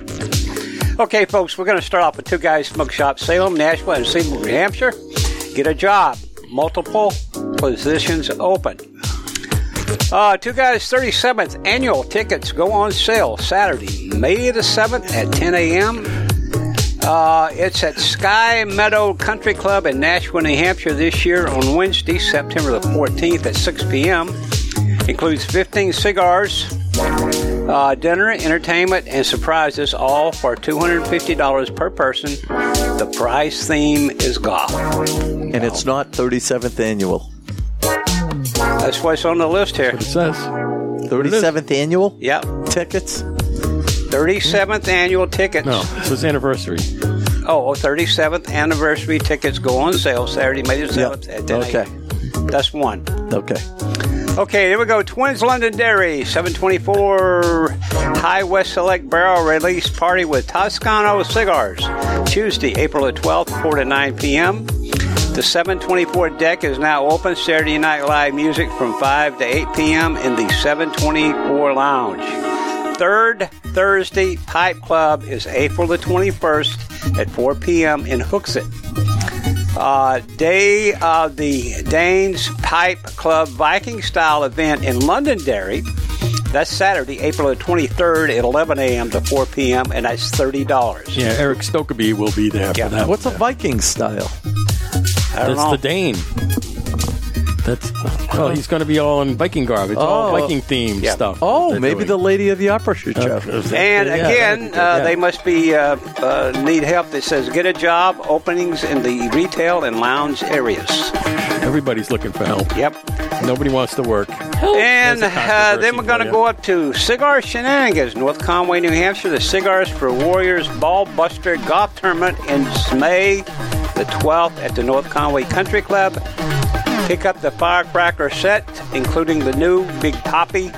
S3: Okay, folks, we're going to start off with two guys smoke shop Salem, Nashville, and Seymour, New Hampshire. Get a job, multiple positions open. Uh, two guys 37th annual tickets go on sale Saturday, May the 7th at 10 a.m. Uh, it's at Sky Meadow Country Club in Nashville, New Hampshire this year on Wednesday, September the 14th at 6 p.m. Includes 15 cigars, uh, dinner, entertainment, and surprises, all for $250 per person. The prize theme is golf.
S2: And it's not 37th annual.
S3: That's what's on the list here.
S1: It says
S2: 37th annual
S3: Yep.
S2: tickets?
S3: 37th annual tickets.
S1: no. It says anniversary.
S3: Oh, oh, 37th anniversary tickets go on sale Saturday, May the 7th at 10
S2: Okay.
S3: That's one.
S2: Okay.
S3: Okay, here we go. Twins London Dairy, 724 High West Select Barrel Release Party with Toscano Cigars. Tuesday, April the 12th, 4 to 9 p.m. The 724 deck is now open. Saturday Night Live music from 5 to 8 p.m. in the 724 Lounge. Third Thursday Pipe Club is April the 21st at 4 p.m. in Hooksett. Uh, Day of the Danes Pipe Club Viking style event in Londonderry. That's Saturday, April the 23rd at 11 a.m. to 4 p.m., and that's $30.
S1: Yeah, Eric Stokeby will be there
S3: Yeah.
S1: for that.
S2: What's a Viking style?
S3: I don't
S1: That's
S3: know.
S1: the Dane. That's well, he's going to be all in Viking garb. It's all
S2: Oh.
S1: Viking themed
S3: Yeah.
S1: stuff.
S2: Oh,
S1: they're
S2: maybe the
S1: doing. Uh,
S2: lady of the opera should show.
S3: and
S1: Yeah,
S3: again,
S1: that'd be
S3: uh,
S1: good, yeah.
S3: they must be uh, uh, need help that says get a job, openings in the retail and lounge areas.
S1: everybody's looking for help.
S3: Yep.
S1: Nobody wants to work.
S3: And
S1: There's a
S3: uh, then we're
S1: controversy
S3: going
S1: for
S3: to
S1: you.
S3: go up to Cigar Shenanigans, North Conway, New Hampshire. The Cigars for Warriors Ball Buster Golf Tournament in May the 12th at the North Conway Country Club. Pick up the firecracker set, including the new Big Poppy,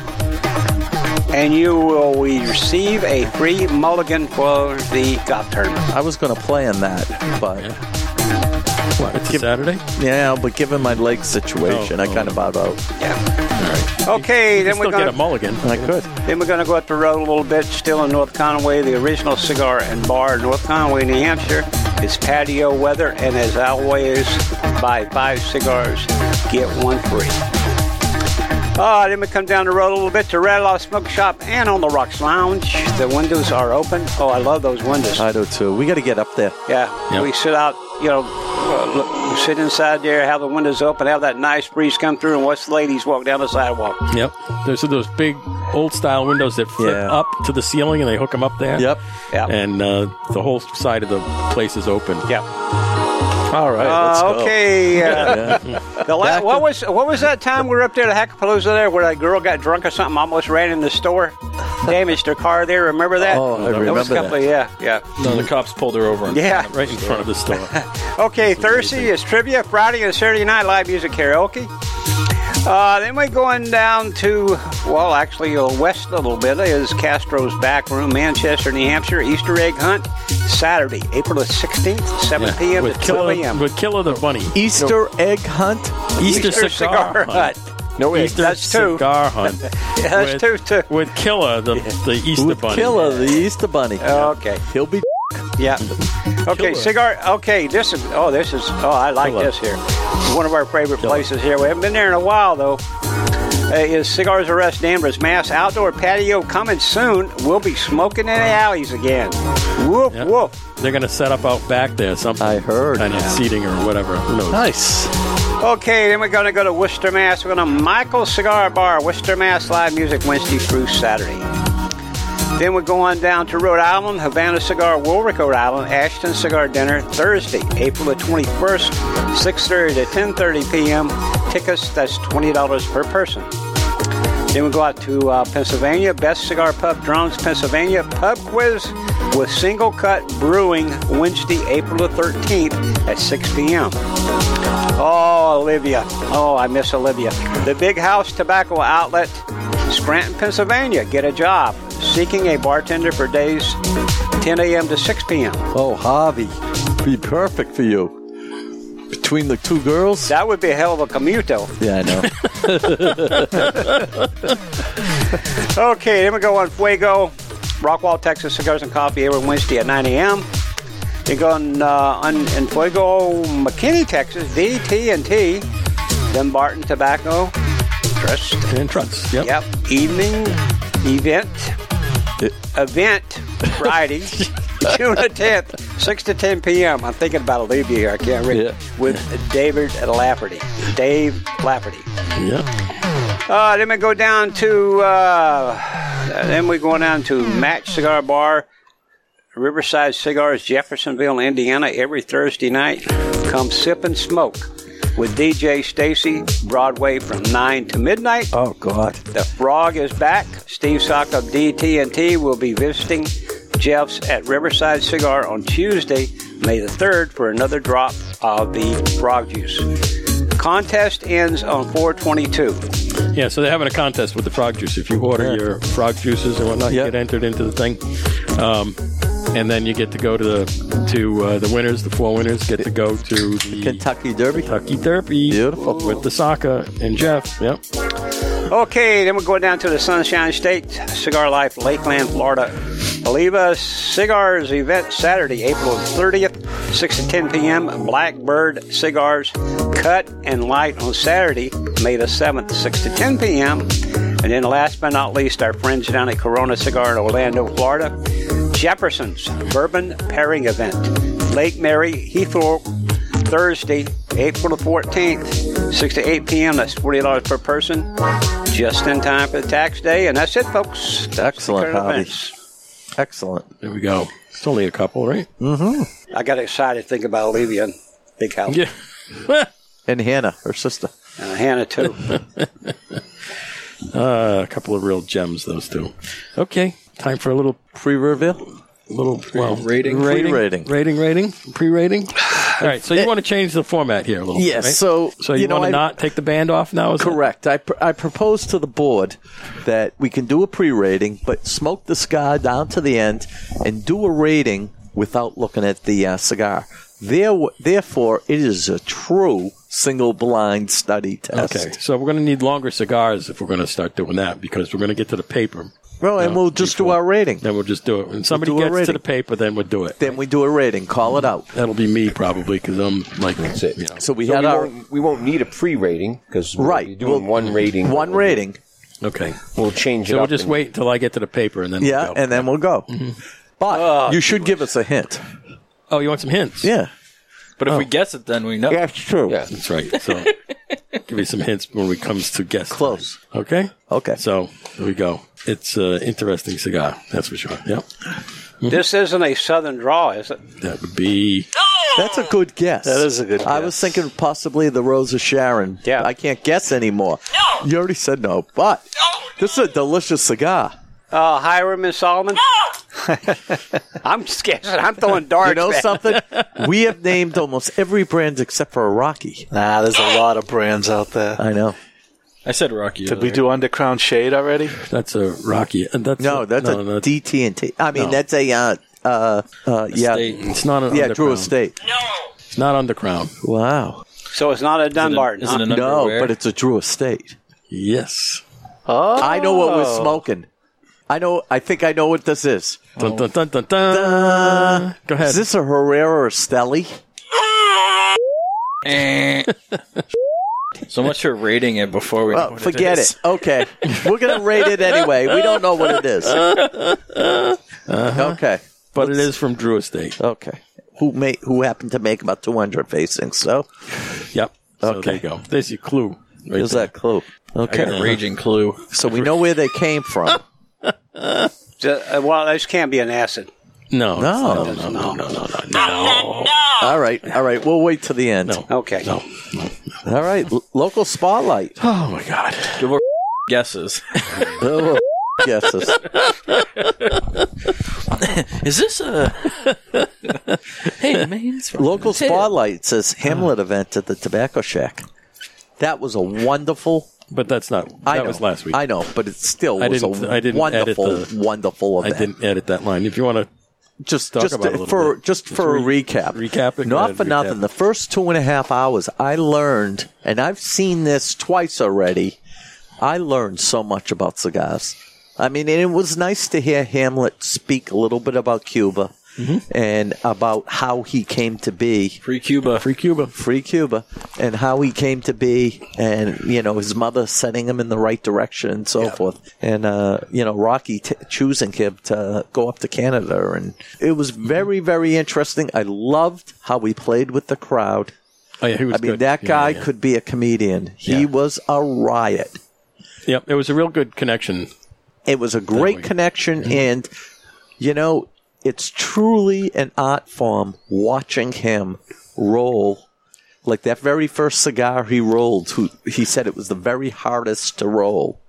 S3: and you will receive a free mulligan for the golf tournament.
S2: I was going to play in that, but
S1: What, it's a Saturday.
S2: yeah, but given my leg situation,
S1: Oh,
S2: I kind of bowed out.
S3: Yeah. Okay,
S1: You
S3: then we're
S1: still
S3: going
S1: get a
S3: to
S1: mulligan.
S2: I could.
S3: Then we're going to go up the road a little bit, still in North Conway, the original cigar and bar in North Conway, New Hampshire. It's patio weather, and as always, buy five cigars, get one free. Uh, then we come down the road a little bit to Red Law Smoke Shop and on the Rocks Lounge. The windows are open. Oh, I love those windows.
S2: Uh, I do too. We got to get up there.
S3: yeah,
S1: Yep.
S3: we sit out, you know, uh, look, sit inside there, have the windows open, have that nice breeze come through, and watch the ladies walk down the sidewalk.
S1: Yep. There's those big old style windows that flip
S2: Yeah.
S1: up to the ceiling and they hook them up there.
S2: Yep.
S3: Yeah.
S1: And uh, the whole side of the place is open.
S3: yeah.
S2: All right. let's
S3: Uh,
S2: go.
S3: okay. Uh, the la-
S2: Back to-
S3: what was what was that time we were up there at Hackapalooza there where that girl got drunk or something, almost ran in the store, damaged her car there? Remember that?
S2: Oh, I
S3: That was a
S2: remember
S3: couple of- yeah, yeah.
S8: No, the cops pulled her over. And
S3: Yeah.
S1: Right in front of the store.
S3: Okay, Thursday is trivia. Friday and Saturday night live music karaoke. Uh, then we're going down to, well, actually, uh, west a little bit is Castro's Back Room, Manchester, New Hampshire, Easter Egg Hunt, Saturday, April the 16th, 7
S1: Yeah.
S3: p.m.
S1: with
S3: to 12
S1: Killer,
S3: a.m.
S1: with Killer the Bunny.
S2: Easter egg hunt.
S1: Easter, cigar, hunt.
S6: No way.
S1: Easter
S3: That's two.
S1: cigar hunt.
S3: Yeah, that's two,
S1: with,
S3: too.
S1: With Killer the, the Easter
S2: With
S1: Bunny.
S2: Killer, the Easter Bunny.
S3: Okay,
S2: He'll be.
S3: yeah. Okay, cigar. Okay, this is, oh, this is, oh, I like this here. One of our favorite places here. We haven't been there in a while, though. uh, is Cigars of Rest Danvers Mass outdoor patio coming soon. We'll be smoking in the alleys again. Woof
S1: Yeah.
S3: woof.
S1: They're going to set up out back there. Something.
S2: I heard,
S1: Kind of
S2: yeah.
S1: seating or whatever. Who knows?
S5: Nice.
S3: Okay, then we're gonna go to Worcester, Mass. We're gonna Michael's Cigar Bar, Worcester, Mass. Live music Wednesday through Saturday. Then we go on down to Rhode Island, Havana Cigar, Warwick, Rhode Island, Ashton Cigar Dinner, Thursday, April the 21st, 6.30 to 10.30 p.m. Tickets, that's $20 per person. Then we go out to uh, Pennsylvania, Best Cigar Pub, Drums, Pennsylvania, Pub Quiz with Single Cut Brewing, Wednesday, April the 13th at 6 p.m. Oh, Olivia. Oh, I miss Olivia. The Big House Tobacco Outlet, Scranton, Pennsylvania. Get a job. Seeking a bartender for days 10 a.m. to 6 p.m.
S2: Oh, Harvey, be perfect for you. Between the two girls.
S3: That would be a hell of a commute, though.
S2: yeah, I know.
S3: Okay, then we go on Fuego, Rockwall, Texas, Cigars and Coffee every Wednesday at 9 a.m. They go on, uh, on in Fuego, McKinney, Texas, DT&T, Dumbarton Tobacco, Trust.
S1: And trucks. Yep.
S3: Yep, evening event, event Friday, June the 10th, 6 to 10 p.m. I'm thinking about Olivia here. I can't read. With David Lafferty, Dave Lafferty.
S1: Yeah.
S3: Uh, then we go down to, uh, then we go down to Match Cigar Bar, Riverside Cigars, Jeffersonville, Indiana, every Thursday night. Come sip and smoke with DJ Stacy, Broadway from 9 to midnight.
S2: oh God.
S3: The Frog is back. Steve Sock of DT&T will be visiting Jeff's at Riverside Cigar on Tuesday, May the 3rd, for another drop of the Frog Juice. Contest ends on 422.
S1: Yeah. So they're having a contest with the frog juice. If you order your frog juices and whatnot,
S2: Yep.
S1: you get entered into the thing. Um, and then you get to go to the to uh, the winners. The four winners get to go to the
S2: Kentucky Derby.
S1: Kentucky Derby.
S2: Beautiful.
S1: With the Saka and Jeff. Yep.
S3: Okay, then we're going down to the Sunshine State Cigar Life, Lakeland, Florida. Oliva Cigars event Saturday, April 30th, 6 to 10 p.m. Blackbird Cigars Cut and Light on Saturday, May the 7th, 6 to 10 p.m. And then last but not least, our friends down at Corona Cigar in Orlando, Florida. Jefferson's Bourbon Pairing Event, Lake Mary, Heathrow, Thursday, April the 14th, 6 to 8 p.m. That's $40 per person. Just in time for the tax day. And that's it, folks. That's the
S2: Excellent,
S3: current
S2: Hobby.
S3: events.
S2: Excellent.
S1: There we go. It's only a couple, right?
S3: I got excited thinking about Olivia and Big House.
S1: Yeah.
S2: And Hannah, her sister.
S3: And Hannah, too.
S1: Uh, a couple of real gems, those two. Okay, time for a little
S2: Pre-reveal.
S1: little well
S8: rating?
S1: rating,
S2: Pre-rating.
S1: rating, rating, pre-rating. All right, so you want to change the format here a little?
S2: Yes,
S1: Right?
S2: so,
S1: so you,
S2: you know,
S1: want to
S2: I-
S1: not take the band off now? Is it?
S2: Correct. I, pr- I propose to the board that we can do a pre-rating, but smoke the cigar down to the end and do a rating without looking at the uh, cigar. There, therefore, it is a true single-blind study test.
S1: Okay, so we're going to need longer cigars if we're going to start doing that because we're going to get to the paper.
S2: Well, and we'll just do our rating.
S1: Then we'll just do it. When somebody
S2: do a
S1: gets to
S2: rating.
S1: the paper, then we'll do it.
S2: Then we do a rating. Call it out.
S1: That'll be me probably because I'm like
S6: it.
S1: You know,
S2: So we
S6: So
S2: had
S6: we,
S2: our
S6: won't, we won't need a pre-rating because
S2: Right.
S6: we're doing
S2: We'll-
S6: one rating.
S2: one rating.
S1: okay,
S6: We'll change
S1: so
S6: it.
S1: we'll
S6: up
S1: just
S6: and-
S1: wait until I get to the paper and then we'll
S2: Yeah,
S1: go.
S2: and Mm-hmm. Ah, then we'll go. But you should give us a hint.
S1: oh, you want some hints?
S2: Yeah.
S8: But if we guess it, then we know.
S2: That's true.
S6: Yeah.
S1: That's right. So give you some hints when it comes to guess.
S2: Close.
S1: Okay.
S2: Okay.
S1: So there we go. It's an interesting cigar, that's for sure. Yep.
S3: This isn't a southern draw, is it?
S1: That would be
S2: That's a good guess.
S5: That is a good
S2: I
S5: guess.
S2: was thinking possibly the Rose of Sharon.
S3: Yeah.
S2: I can't guess anymore.
S7: No.
S2: You already said no, but this is a delicious cigar.
S3: Uh, Hiram and Solomon. I'm just guessing. I'm throwing darts.
S2: You know
S3: man.
S2: something? we have named almost every brand except for a Rocky.
S5: Nah, there's a lot of brands out there.
S2: I know.
S8: I said Rocky.
S5: Did we do Underground Shade already?
S1: that's a Rocky. And that's
S2: No, that's a
S1: no,
S2: DT&T. I mean,
S1: No.
S2: that's a uh, uh, uh, yeah,
S1: It's not an
S2: yeah,
S1: underground.
S2: Drew Estate.
S7: No.
S1: It's not underground.
S2: Wow.
S3: So it's not a Dunbarton.
S8: Is it
S3: huh?
S8: an
S2: No,
S8: underwear?
S2: but it's a Drew Estate.
S1: Yes.
S2: I know what we're smoking. I know. I think I know what this is.
S8: Oh.
S1: Dun, dun, dun, dun, dun. Go ahead.
S2: Is this a Herrera or Stelly?
S8: so much for rating it before we. know
S2: Oh,
S8: what
S2: forget
S8: is.
S2: it. Okay, we're gonna rate it anyway. We don't know what it is. Uh-huh. Okay,
S1: but it is from Drew Estate.
S2: okay. Who made? Who happened to make about two hundred facings? So
S1: Yep. So
S2: Okay.
S1: there you go. There's your clue. Right
S2: there's
S1: there.
S2: that clue.
S8: I got
S2: Okay,
S8: a raging clue.
S2: so we know where they came from.
S3: Uh, Well, this can't be an acid.
S1: No.
S2: No.
S1: it's not- No, no, no, no, no.
S2: All right, all right. We'll wait till the end.
S1: No.
S3: Okay.
S1: No. no.
S2: All right, l- local spotlight.
S1: Oh, my God.
S8: Guesses.
S2: Oh, guesses.
S8: Is this a? hey man, it's from
S2: Local spotlight says Hamlet event at the Tobacco Shack. That was a wonderful.
S1: But that's not. That
S2: I know,
S1: was last week.
S2: I know, but it still
S1: I
S2: was a
S1: didn't- I didn't edit
S2: wonderful,
S1: the-
S2: wonderful
S1: I
S2: event.
S1: didn't edit that line. If you want to
S2: just
S1: Talk
S2: just
S1: about it a little
S2: for
S1: bit.
S2: just
S1: Just
S2: for
S1: re-
S2: a recap.
S1: recap it? Go
S2: Not
S1: ahead,
S2: for
S1: recap.
S2: nothing. The first two and a half hours, I learned, and I've seen this twice already. I learned so much about cigars. I mean, and it was nice to hear Hamlet speak a little bit about Cuba
S1: Mm-hmm.
S2: and about how he came to be
S8: free Cuba.
S1: free Cuba.
S2: free Cuba and how he came to be and you know his mother setting him in the right direction and so forth and uh, you know Rocky t- choosing him to go up to Canada and it was very very interesting I loved how he played with the crowd
S1: Oh, yeah, he was
S2: I mean
S1: good.
S2: that
S1: Yeah,
S2: guy
S1: yeah, yeah.
S2: could be a comedian he
S1: Yeah.
S2: was a riot
S1: Yep, it was a real good connection.
S2: it was a great
S1: Definitely. Mm-hmm.
S2: connection and you know it's truly an art form watching him roll like that very first cigar he rolled who he said it was the very hardest to roll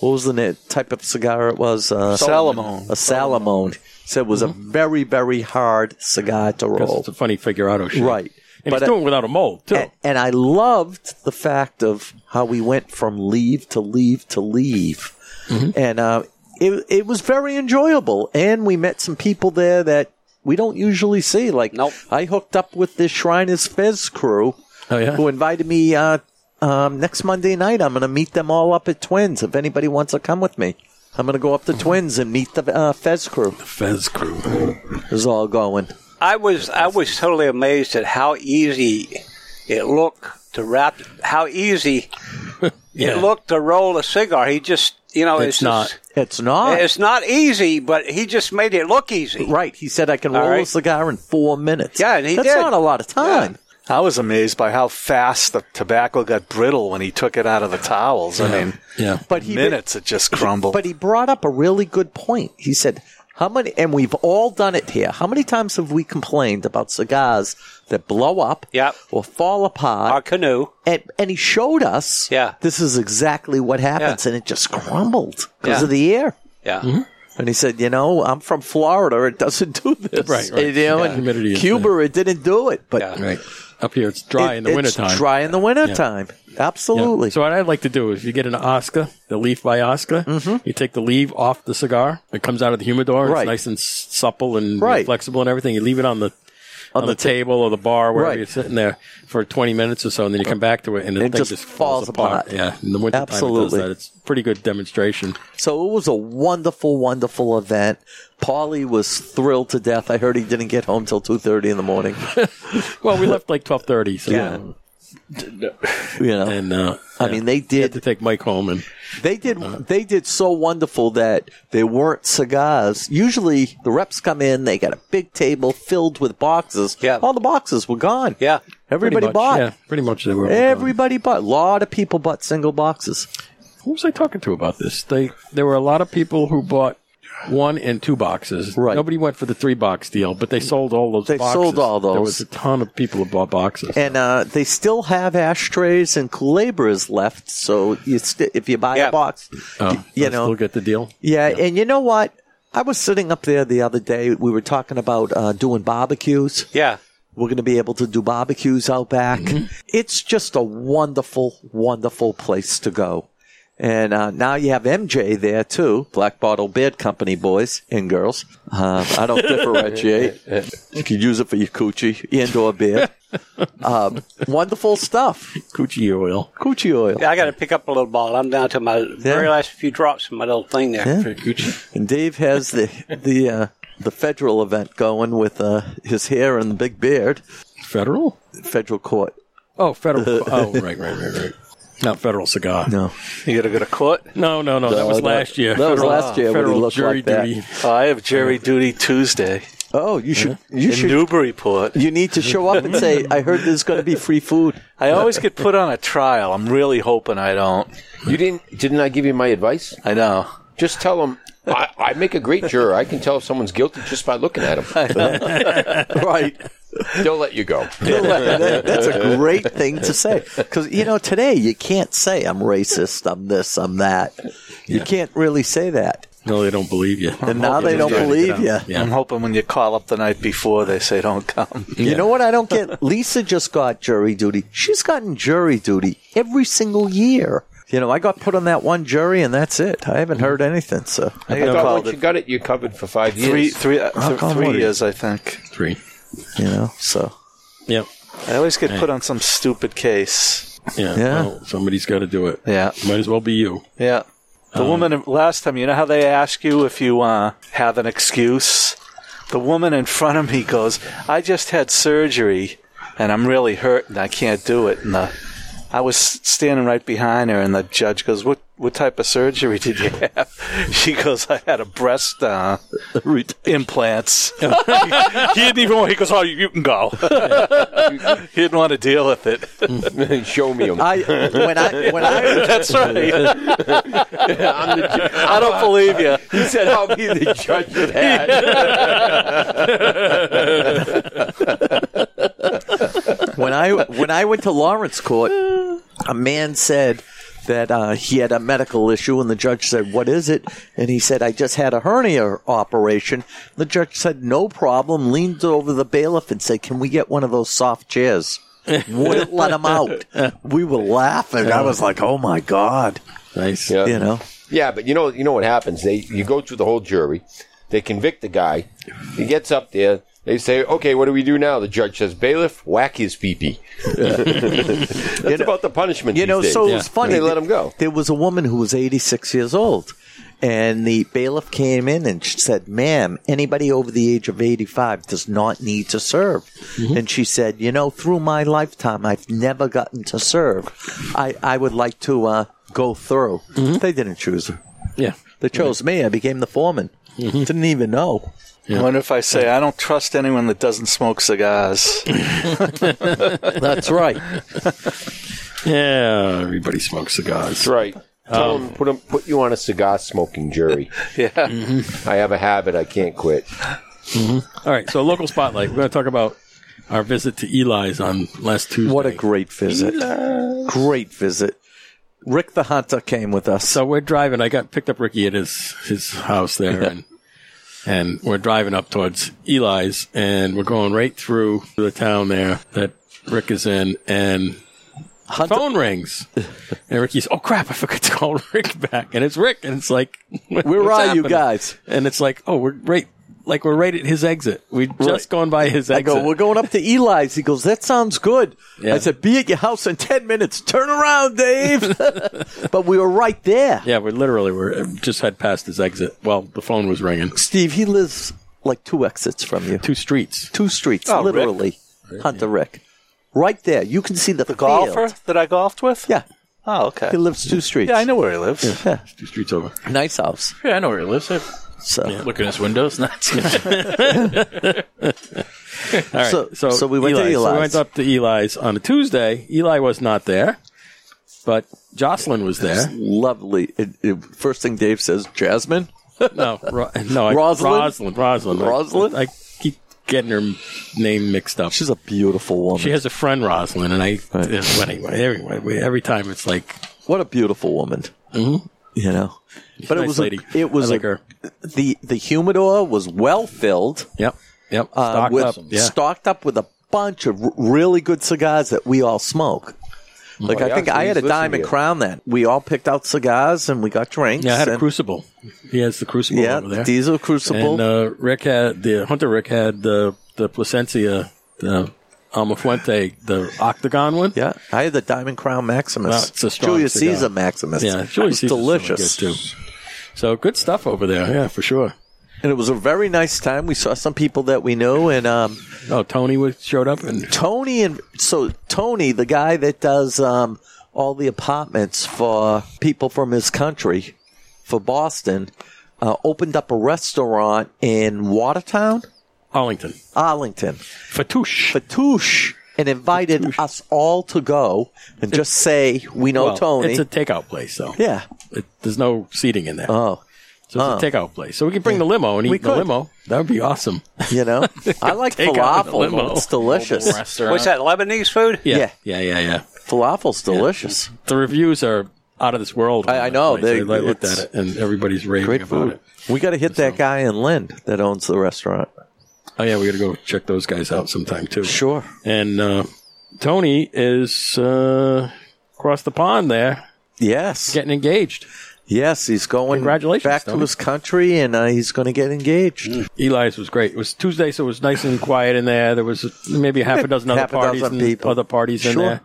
S2: what was the na- type of cigar it was uh,
S5: Salomon.
S2: a salamone said it was a very very hard cigar to
S1: Mm-hmm. Because
S2: roll
S1: it's a funny figurato shit.
S2: Right.
S1: And he's
S2: But, uh,
S1: doing it without a mold, too.
S2: and, and I loved the fact of how we went from leave to leave to leave, and uh, it it was very enjoyable. And we met some people there that we don't usually see. Like,
S3: Nope.
S2: I hooked up with this Shriners Fez crew,
S1: Oh, yeah?
S2: who invited me. Uh, um, next Monday night, I'm going to meet them all up at Twins. If anybody wants to come with me, I'm going to go up to Twins and meet the uh, Fez crew.
S1: Fez crew.
S2: Is all going.
S3: I was I was totally amazed at how easy it looked to wrap. How easy
S1: Yeah.
S3: it looked to roll a cigar. He just you know
S1: It's
S3: it's, just-
S2: It's not.
S3: It's not easy, but he just made it look easy.
S2: Right. He said I can
S3: All
S2: roll a
S3: right.
S2: cigar in four minutes.
S3: Yeah, and he
S2: That's
S3: did.
S2: not a lot of time.
S5: I was amazed by how fast the tobacco got brittle when he took it out of the towels. I mean,
S1: Yeah.
S2: But he
S5: minutes it just crumbled.
S2: but he brought up a really good point. He said, How many and we've all done it here. How many times have we complained about cigars that blow up
S3: Yep.
S2: or fall apart?
S3: Our canoe.
S2: and, and he showed us
S3: Yeah.
S2: this is exactly what happens
S3: Yeah.
S2: and it just crumbled because
S3: Yeah.
S2: of the air.
S3: Yeah.
S2: And he said, "You know, I'm from Florida. It doesn't do this.
S1: Right, right.
S2: You know,
S1: Yeah.
S2: and
S1: Humidity is
S2: Cuba, it didn't do it. But
S3: Yeah.
S1: Right. Up here, it's dry
S2: it-
S1: in the
S2: it's
S1: wintertime.
S2: Dry in the wintertime.
S1: Yeah.
S2: Absolutely.
S1: So what I'd like to do is you get an Oscar, the leaf by Oscar. You take the leaf off the cigar. It comes out of the humidor.
S2: Mm-hmm. Right.
S1: It's nice and s- supple and
S2: Right.
S1: flexible and everything. You leave it on the on, the,
S2: the ta-
S1: table or the bar wherever
S2: Right.
S1: you're sitting there for 20 minutes or so, and then you come back to it, and the
S2: It
S1: thing
S2: just
S1: just,
S2: falls apart.
S1: Yeah, in the wintertime, it does
S2: Absolutely.
S1: that. It's a pretty good demonstration.
S2: So it was a wonderful, wonderful event. Paulie was thrilled to death. I heard he didn't get home till two thirty in the morning.
S1: Well, we left like 12:30, so yeah.
S2: You know,
S1: and uh, Uh-huh.
S2: I mean, they
S1: You had to
S2: did.
S1: take Mike home and
S2: They did. They did so wonderful that there weren't cigars. Usually, the reps come in. They got a big table filled with boxes.
S3: Yeah.
S2: all the boxes were gone.
S3: Yeah.
S1: pretty
S2: everybody
S1: much,
S2: bought.
S1: Yeah, pretty much they were. all gone.
S2: Everybody bought. A lot of people bought single boxes.
S1: Who was I talking to about this? They there were a lot of people who bought one and two boxes.
S2: Right.
S1: Nobody went for the three box deal, but they sold all those.
S2: They
S1: boxes.
S2: sold all
S1: There
S2: those.
S1: was a ton of people who bought boxes.
S2: And uh, they still have ashtrays and culebras left. So you st- if you buy
S3: Yeah.
S2: a box,
S1: Oh,
S2: y- you
S1: they'll
S2: know,
S1: still get the deal.
S2: Yeah, and you know what? I was sitting up there the other day. We were talking about uh, doing barbecues.
S3: Yeah.
S2: We're going to be able to do barbecues out back. It's just a wonderful, wonderful place to go. And uh, now you have MJ there too, Black Bottle Beard Company boys and girls. Uh, I don't differentiate. you can use it for your coochie, indoor beer. Uh, wonderful stuff.
S1: Coochie oil.
S2: Coochie oil.
S3: Yeah, I got to pick up a little bottle. I'm down to my very last few drops in my little thing there.
S2: Yeah.
S3: For Gucci.
S2: And Dave has the the uh, the federal event going with uh, his hair and the big beard.
S1: Federal?
S2: Federal court.
S1: Oh, federal. oh, right, right, right, right. Not federal cigar.
S2: No,
S5: You got to go to court.
S1: no, no. no that was
S2: that-
S1: last year.
S2: that was
S1: Federal-
S2: last year when he
S1: Federal
S2: looked
S1: jury
S2: like that.
S1: duty.
S5: Oh, I have jury duty Tuesday
S2: Oh, you should you
S5: in
S2: should
S5: Newburyport.
S2: you need to show up and say, "I heard there's going to be free food."
S5: I always get put on a trial. I'm really hoping I don't.
S6: You didn't? Didn't I give you my advice?
S5: I know.
S6: Just tell them. I, I make a great juror. I can tell if someone's guilty just by looking at them.
S2: Right.
S6: They'll let you go.
S2: That- that's a great thing to say because you know today you can't say I'm racist, I'm this, I'm that. You can't really say that,
S1: No, they don't believe you.
S2: and now they don't believe you.
S5: I'm hoping when you call up the night before, they say don't come.
S2: You know what? I don't get. Lisa just got jury duty. She's gotten jury duty every single year. You know, I got put on that one jury, and that's it. I haven't heard anything. So
S6: I
S5: got
S6: thought
S5: called
S6: once you
S5: it
S6: got it, you covered for five years.
S5: three, three, uh, th-
S2: come on.
S5: three years, I think.
S1: Three.
S2: you know, so
S1: Yep.
S5: I always get put on some stupid case.
S1: Yeah.
S2: Yeah.
S1: Well, somebody's got to do it.
S5: Yeah.
S1: Might as well be you.
S5: Yeah. The woman last time, you know how they ask you if you uh, have an excuse? The woman in front of me goes, I just had surgery and I'm really hurt and I can't do it. And the, I was standing right behind her and the judge goes, What what type of surgery did you have? She goes, I had a breast uh, implants. he, he didn't even want, he goes, Oh, you can go. he didn't want to deal with it.
S6: Show me them.
S2: I when I when I
S5: That's right.
S6: I'm the ju-
S5: I don't believe you.
S6: he said, "I'll be the judge of that."
S2: when I when I went to Lawrence Court, a man said that uh, he had a medical issue, and the judge said, "What is it?" And he said, "I just had a hernia operation." The judge said, "No problem." Leaned over the bailiff and said, "Can we get one of those soft chairs?" Wouldn't let him out. We were laughing. I was like, "Oh my god!"
S1: Nice.
S6: Yeah.
S2: You know.
S6: Yeah, but you know, you know what happens? They you go through the whole jury, they convict the guy. He gets up there. They say, "Okay, what do we do now?" The judge says, "Bailiff, whack his pee-pee." That's about the punishment.
S2: You
S6: these
S2: know,
S6: days.
S2: so it was funny.
S6: They let him go.
S2: There was a woman who was 86 years old, and the bailiff came in and she said, "Ma'am, anybody over the age of 85 does not need to serve."
S6: Mm-hmm.
S2: And she said, "You know, through my lifetime, I've never gotten to serve. I I would like to uh, go through."
S6: Mm-hmm.
S2: They didn't choose her.
S1: Yeah.
S2: They chose me. I became the foreman.
S6: Mm-hmm.
S2: Didn't even know.
S5: I wonder if I say I don't trust anyone that doesn't smoke cigars.
S2: That's right.
S1: Yeah. Everybody smokes cigars.
S6: That's right. Tell him, put him, put you on a cigar smoking jury. Mm-hmm.
S5: yeah,
S6: I have a habit. I can't quit.
S1: All right. So local spotlight. We're going to talk about our visit to Eli's on last Tuesday.
S2: What a great visit. Great visit. Rick the Hunter came with us.
S1: so Uh, we're driving. I got picked up Ricky at his his house there, and and we're driving up towards Eli's, and we're going right through the town there that Rick is in, and the phone rings, and Ricky's, oh crap, I forgot to call Rick back, and it's Rick, and it's like,
S2: Where
S1: what's
S2: are you
S1: happening?
S2: guys?
S1: And it's like, oh, we're right, like we're right at his exit. We just gone by his
S2: I
S1: exit.
S2: go, we're going up to Eli's. He goes, that sounds good.
S1: Yeah.
S2: I said, be at your house in 10 minutes. Turn around, Dave. but we were right there.
S1: yeah, we literally were just had passed his exit. Well, the phone was ringing.
S2: Steve, he lives like two exits from you. Two,
S1: Two streets.
S2: streets,
S5: Oh, Rick.
S2: literally. Hunter Rick. Right there. You can see the,
S5: the golfer
S2: field.
S5: that I golfed with.
S2: Yeah.
S5: Oh, okay.
S2: He lives two streets.
S5: Yeah, I know where he lives.
S1: Two streets over.
S2: Nice house.
S8: Yeah, I know where he lives. I
S2: So,
S8: look in his windows. Not
S1: All right.
S2: So- so we went to
S1: So we
S2: Eli's.
S1: went up to Eli's on a Tuesday. Eli was not there, but Jocelyn was there.
S2: lovely. It, it, first thing Dave says, Jasmine.
S1: No, Ro- no, I,
S2: Rosalind?
S1: Rosalind. Rosalind. I-
S2: Rosalind?
S1: I, keep getting her name mixed up.
S2: She's a beautiful woman.
S1: she has a friend, Rosalind, and I.
S2: Right.
S1: But anyway, every, every time it's like
S2: what a beautiful woman. Mm-hmm. You know,
S1: a
S2: but it
S1: nice
S2: was
S1: lady.
S2: A, it was
S1: I like
S2: a-
S1: her.
S2: the the humidor was well filled.
S1: Yep. Yep.
S2: uh,
S1: Stocked
S2: with,
S1: up. Yeah.
S2: stocked up with a bunch of r- really good cigars that we all smoke.
S1: Oh
S2: Like I
S6: yeah,
S2: think
S6: so
S2: I had a
S6: he's listening
S2: diamond
S6: to you.
S2: crown that we all picked out cigars and we got drinks.
S1: yeah, I had a
S2: and-
S1: crucible. He has the crucible
S2: Yeah,
S1: over there.
S2: diesel crucible.
S1: and uh, Rick had the Hunter. Rick had the the Placencia, the Almafuente, the octagon one.
S2: yeah, I had the diamond crown Maximus.
S1: Wow, it's a strong
S2: Julius
S1: cigar.
S2: Caesar Maximus.
S1: Yeah,
S2: It
S1: Julius
S2: was
S1: Caesar's really
S2: delicious
S1: good, too. So good stuff over there. Yeah, for sure.
S2: and it was a very nice time. We saw some people that we knew, and um,
S1: Oh, Tony was, showed up and
S2: Tony and so Tony, the guy that does um, all the apartments for people from his country, for Boston, uh, opened up a restaurant in Watertown,
S1: Arlington.
S2: Arlington,
S1: Fatouche.
S2: Fatouche, and invited us all to go and just say we know
S1: Well,
S2: Tony.
S1: It's a takeout place, though.
S2: yeah.
S1: It, there's no seating in there.
S2: Oh,
S1: so it's a takeout place. So we could bring the limo and eat
S2: We
S1: the
S2: could.
S1: limo. That would be awesome.
S2: you know, I like
S1: Take out the limo.
S2: falafel. It's delicious.
S8: restaurant.
S3: What's that, Lebanese food?
S1: Yeah.
S2: Yeah.
S1: Yeah, yeah, yeah.
S2: Falafel's delicious.
S1: The reviews are out of this world.
S2: I- I know.
S1: They,
S2: They-
S1: I looked
S2: it's
S1: at it and everybody's raving
S2: Great
S1: about
S2: food.
S1: it.
S2: We got to hit that guy in Lind that owns the restaurant.
S1: Oh, yeah, we got to go check those guys out sometime, too.
S2: Sure.
S1: And uh, Tony is uh, across the pond there
S2: Yes.
S1: getting engaged.
S2: Yes, he's going
S1: Congratulations,
S2: back
S1: Tony.
S2: to his country, and uh, he's going to get engaged.
S1: Mm. Eli's was great. It was Tuesday, so it was nice and quiet in there. There was maybe a half a dozen other
S2: Half a
S1: parties
S2: dozen
S1: and
S2: people.
S1: other parties in
S2: Sure.
S1: there,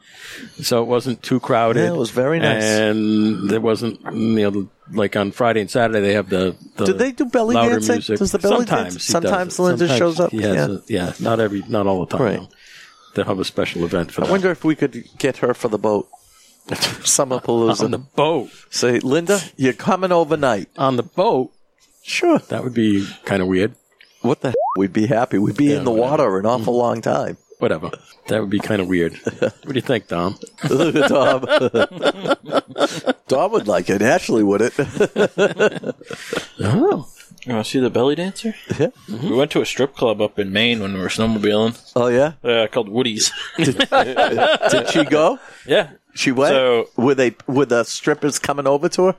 S1: so it wasn't too crowded.
S2: Yeah, it was very nice.
S1: and there wasn't you know like on Friday and Saturday they have the. the
S2: Do they do belly
S1: louder
S2: dancing?
S1: Music.
S2: Does the belly
S1: sometimes
S2: dance-
S1: he
S2: sometimes
S1: does it.
S2: Linda
S1: Sometimes
S2: shows up?
S1: he has
S2: Yeah.
S1: a- yeah, not every, not all the time.
S2: Right.
S1: though. They have a special event for
S2: I
S1: that.
S2: wonder if we could get her for the boat.
S1: on the
S2: Summerpalooza.
S1: boat,
S2: Say, Linda, you're coming overnight.
S1: on the boat,
S2: Sure.
S1: that would be kind of weird.
S2: What the? Heck? We'd be happy. We'd be in the water an awful
S1: Mm.
S2: long time.
S1: Whatever, that would be kind of weird. what do you think, Dom?
S2: Tom. Tom would like it. Ashley would it.
S1: Oh,
S8: You want to see the belly dancer?
S2: Yeah.
S8: Mm-hmm. We went to a strip club up in Maine when we were snowmobiling
S2: oh yeah.
S8: uh, called Woody's.
S2: Did she go?
S8: yeah.
S2: She went.
S8: So-
S2: were they? Were the strippers coming over to her?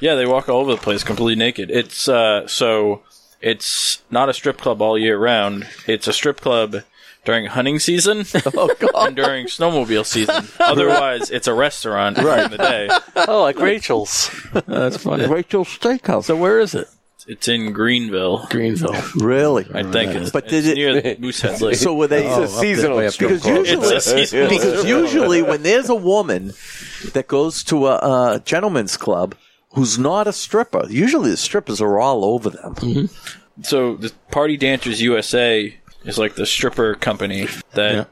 S8: Yeah, they walk all over the place completely naked. It's uh, so it's not a strip club all year round. It's a strip club during hunting season
S2: Oh,
S8: and during snowmobile season. Otherwise, it's a restaurant during the day.
S5: Oh, like Rachel's.
S1: that's funny.
S2: Rachel's Steakhouse.
S1: So where is it?
S8: It's in Greenville,
S1: Greenville.
S2: Really?
S8: I think. It's,
S2: But
S8: it's
S2: did it-
S8: near Moosehead Lake.
S2: So were they?
S1: Oh,
S6: It's a seasonal strip
S2: because
S6: club.
S2: usually,
S8: It's a seasonal
S2: because
S8: strip
S2: usually when there's a woman that goes to a, a gentleman's club who's not a stripper, usually the strippers are all over them.
S1: Mm-hmm.
S8: so the Party Dancers USA is like the stripper company that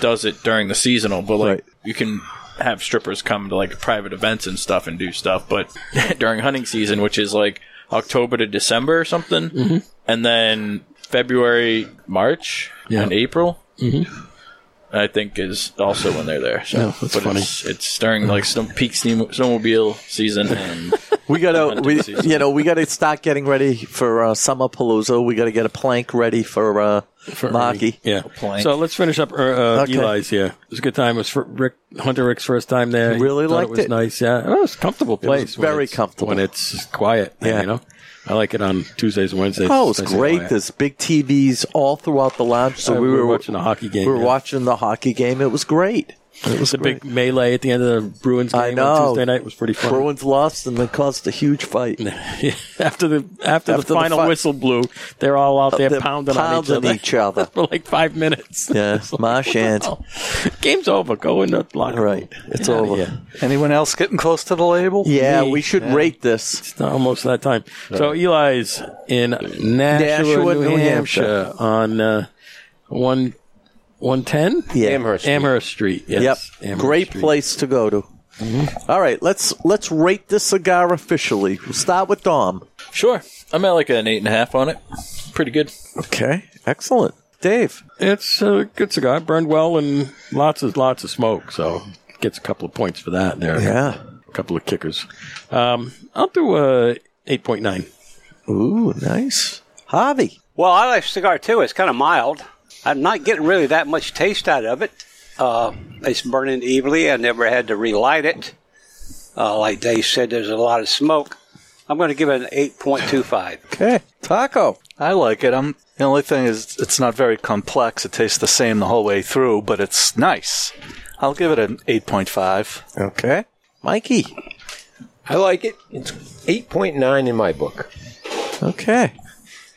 S8: does it during the seasonal, but like
S2: Right.
S8: you can have strippers come to like private events and stuff and do stuff, but during hunting season, which is like October to December or something,
S1: Mm-hmm.
S8: and then February, March,
S1: Yeah. Mm-hmm.
S8: and April. I think is also when they're there. So,
S1: Yeah, that's
S8: but
S1: funny.
S8: It's, it's during like snow, peak snow, snowmobile season, and
S2: We gotta,
S8: Hunting
S2: we,
S8: season.
S2: you know, we gotta start getting ready for uh, summer palooza. We gotta get a plank ready for uh,
S1: For
S2: Maki.
S1: Yeah.
S8: plank.
S1: So let's finish up uh, uh,
S2: Okay.
S1: Eli's. Yeah, it was a good time. It was for Rick Hunter Rick's first time there. He
S2: Really
S1: thought it.
S2: liked
S1: Was
S2: it.
S1: nice. Yeah, it was a comfortable place. when
S2: very
S1: it's-
S2: comfortable.
S1: when it's quiet. Yeah,
S2: Yeah.
S1: you know, I like it on Tuesdays and Wednesdays.
S2: Oh, it's
S1: nice and
S2: great.
S1: quiet.
S2: There's big TVs all throughout the lounge. So
S1: Uh,
S2: we were
S1: watching a hockey game.
S2: We were
S1: yeah.
S2: watching the hockey game. It was great.
S1: It was a big melee at the end of the Bruins game
S2: I
S1: on
S2: know.
S1: Tuesday night. It was pretty fun.
S2: Bruins lost and it caused a huge fight.
S1: after the after,
S2: After
S1: the
S2: the
S1: final
S2: fi-
S1: whistle blew, they're all out there
S2: They're
S1: pounding, on
S2: pounding
S1: each
S2: each other.
S1: for like five minutes.
S2: Yeah, Marshand.
S1: Game's over. Go in the locker. room.
S2: Right. It's
S1: outta
S2: over.
S1: here.
S5: Anyone else getting close to the label?
S2: Yeah,
S1: Me.
S2: we should rate this.
S1: It's almost that time. So Eli's in Nashua,
S2: Nashua,
S1: New,
S2: New
S1: Hampshire,
S2: Hampshire.
S1: on uh, one one ten
S2: Yeah.
S6: Amherst.
S1: Amherst Street. Yes.
S2: Yep.
S1: Amherst
S2: Great
S1: Street.
S2: place to go to. All right, let's let's rate this cigar officially. We'll start with Dom.
S8: Sure. I'm at like an eight and a half on it. Pretty good.
S2: Okay, excellent. Dave.
S1: It's a good cigar. Burned well and lots of lots of smoke, so gets a couple of points for that there.
S2: Yeah.
S1: A couple of kickers. Um, I'll do uh, a 8.9.
S2: Ooh, nice. Harvey.
S3: Well, I like cigar too. It's kind of mild. I'm not getting really that much taste out of it. Uh, it's burning evenly. I never had to relight it. Uh, like they said, there's a lot of smoke. I'm going to give it an 8.25.
S2: Okay. Taco.
S5: I like it. I'm the only thing is it's not very complex. It tastes the same the whole way through, but it's nice. I'll give it an 8.5.
S2: Okay. Mikey.
S6: I like it. It's 8.9 in my book.
S2: Okay.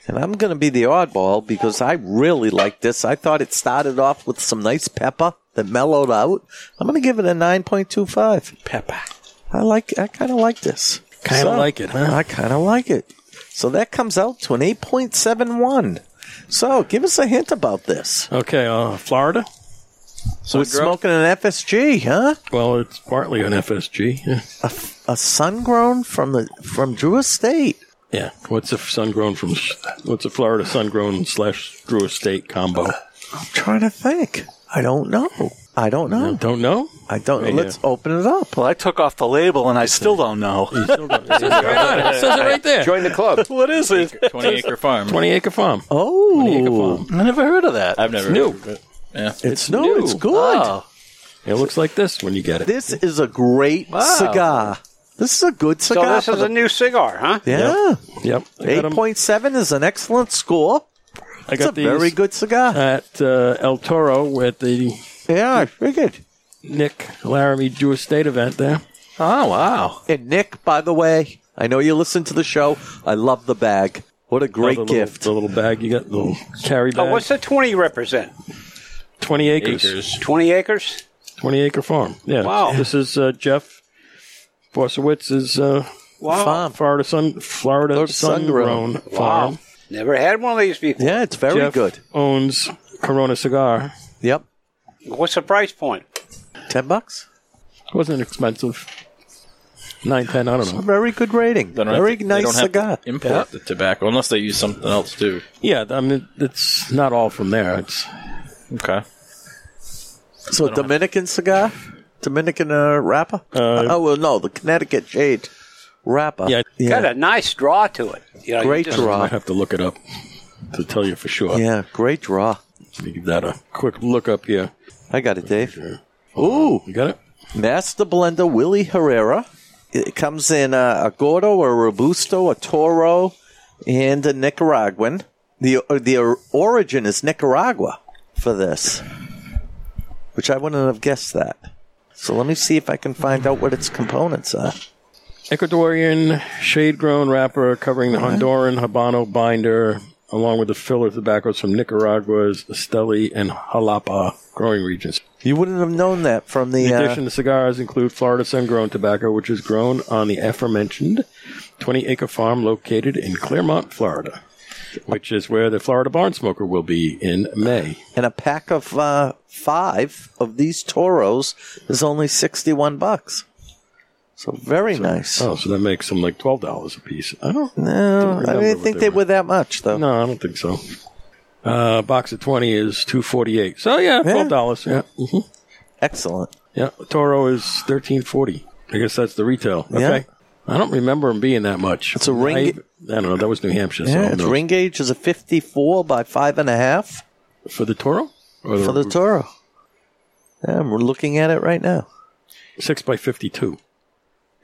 S2: And I'm going to be the oddball because I really like this. I thought it started off with some nice pepper that mellowed out. I'm going to give it a 9.25. Pepper. I like, I kind of like this.
S1: Kinda like it, huh?
S2: I kind of like it. So that comes out to an 8.71. So give us a hint about this.
S1: Okay, uh, Florida.
S2: We're smoking an FSG, huh?
S1: Well, it's partly an FSG. Yeah.
S2: A sun grown from the, from Drew Estate.
S1: Yeah. What's a sun grown from? What's a Florida sun grown slash Drew Estate combo?
S2: I'm trying to think. I don't know. I don't know.
S1: Don't know.
S2: I don't know. Let's open it up.
S5: Well, I took off the label and I still don't know.
S1: it says it right there.
S6: Join the club.
S5: what is it?
S8: 20 acre farm.
S1: Twenty acre farm. acre
S2: Oh,
S1: farm.
S5: I never heard of that.
S8: I've never.
S1: New.
S8: Yeah.
S2: it's no, it's good.
S5: Oh,
S1: It looks like this when you get it.
S2: This is a great cigar. This is a good
S3: So
S2: cigar.
S3: this is a new cigar, huh?
S2: yeah,
S1: Yep. I got 'em-
S2: eight point seven is an excellent score.
S1: I
S2: It's a
S1: got these
S2: very good cigar.
S1: at uh, El Toro at the
S2: yeah, I figured.
S1: Nick Laramie Drew Estate event there.
S5: oh wow.
S2: And Nick, by the way, I know you listen to the show. I love the bag. What a great
S1: the little-
S2: gift.
S1: the little bag you got, the little carry
S3: Oh,
S1: bag.
S3: what's the 20 represent?
S1: Twenty acres.
S8: Acres.
S3: 20 acres?
S1: 20 acre farm. Yeah.
S3: Wow.
S1: This is uh, Jeff Borsowitz's uh,
S3: Wow.
S2: Farm.
S1: Florida Sun Florida
S2: Florida
S1: Sun
S2: Sun-grown.
S1: Grown farm.
S3: Never had one of these before.
S2: Yeah, it's very
S1: Jeff
S2: good.
S1: owns Corona Cigar.
S2: Yep,
S3: What's the price point?
S2: ten bucks.
S1: Wasn't expensive. Nine ten. I don't know.
S2: Very good rating.
S8: They don't have
S2: Very
S8: to- they
S2: nice
S8: don't have to
S2: cigar.
S8: import the tobacco unless they use something else too.
S1: Yeah, I mean it's not all from there. It's
S8: Okay.
S2: So Dominican cigar, Dominican uh, wrapper. oh well, no, the Connecticut shade wrapper.
S1: Yeah.
S3: Got a nice draw to it. You know, you
S2: great
S3: just-
S1: I
S2: draw.
S1: have to look it up to tell you for sure.
S2: Yeah, great draw.
S1: Let me give that a quick look up here.
S2: I got it, Dave. Ooh,
S1: You got it?
S2: master blender Willie Herrera. It comes in uh, a Gordo, a Robusto, a Toro, and a Nicaraguan. The uh, the or- origin is Nicaragua for this, which I wouldn't have guessed that. So let me see if I can find out what its components are.
S1: Ecuadorian shade grown wrapper covering the Honduran Habano binder, along with the filler tobaccos from Nicaragua's Esteli and Jalapa growing regions.
S2: You wouldn't have known that from the.
S1: In
S2: uh,
S1: addition, the cigars include Florida sun grown tobacco, which is grown on the aforementioned 20 acre farm located in Clermont, Florida, which is where the Florida Barn Smoker will be in May.
S2: and a pack of uh, five of these toros is only 61 bucks so very nice
S1: Oh, so that makes them like $12 a piece. I don't
S2: no i
S1: remember
S2: didn't
S1: what
S2: think
S1: they
S2: they
S1: were.
S2: were that much though
S1: No, I don't think so. Uh, box of 20 is 248 So, yeah, $12. Yeah. hmm
S2: excellent
S1: Yeah, Toro is thirteen forty. I guess that's the retail. Okay. I don't remember them being that much.
S2: It's a ring-
S1: I, I don't know. That was New Hampshire. so
S2: yeah,
S1: who
S2: its
S1: knows.
S2: ring gauge is a 54 by five and a half
S1: for the Toro or
S2: for the toro yeah, we're looking at it right now
S1: six by fifty-two.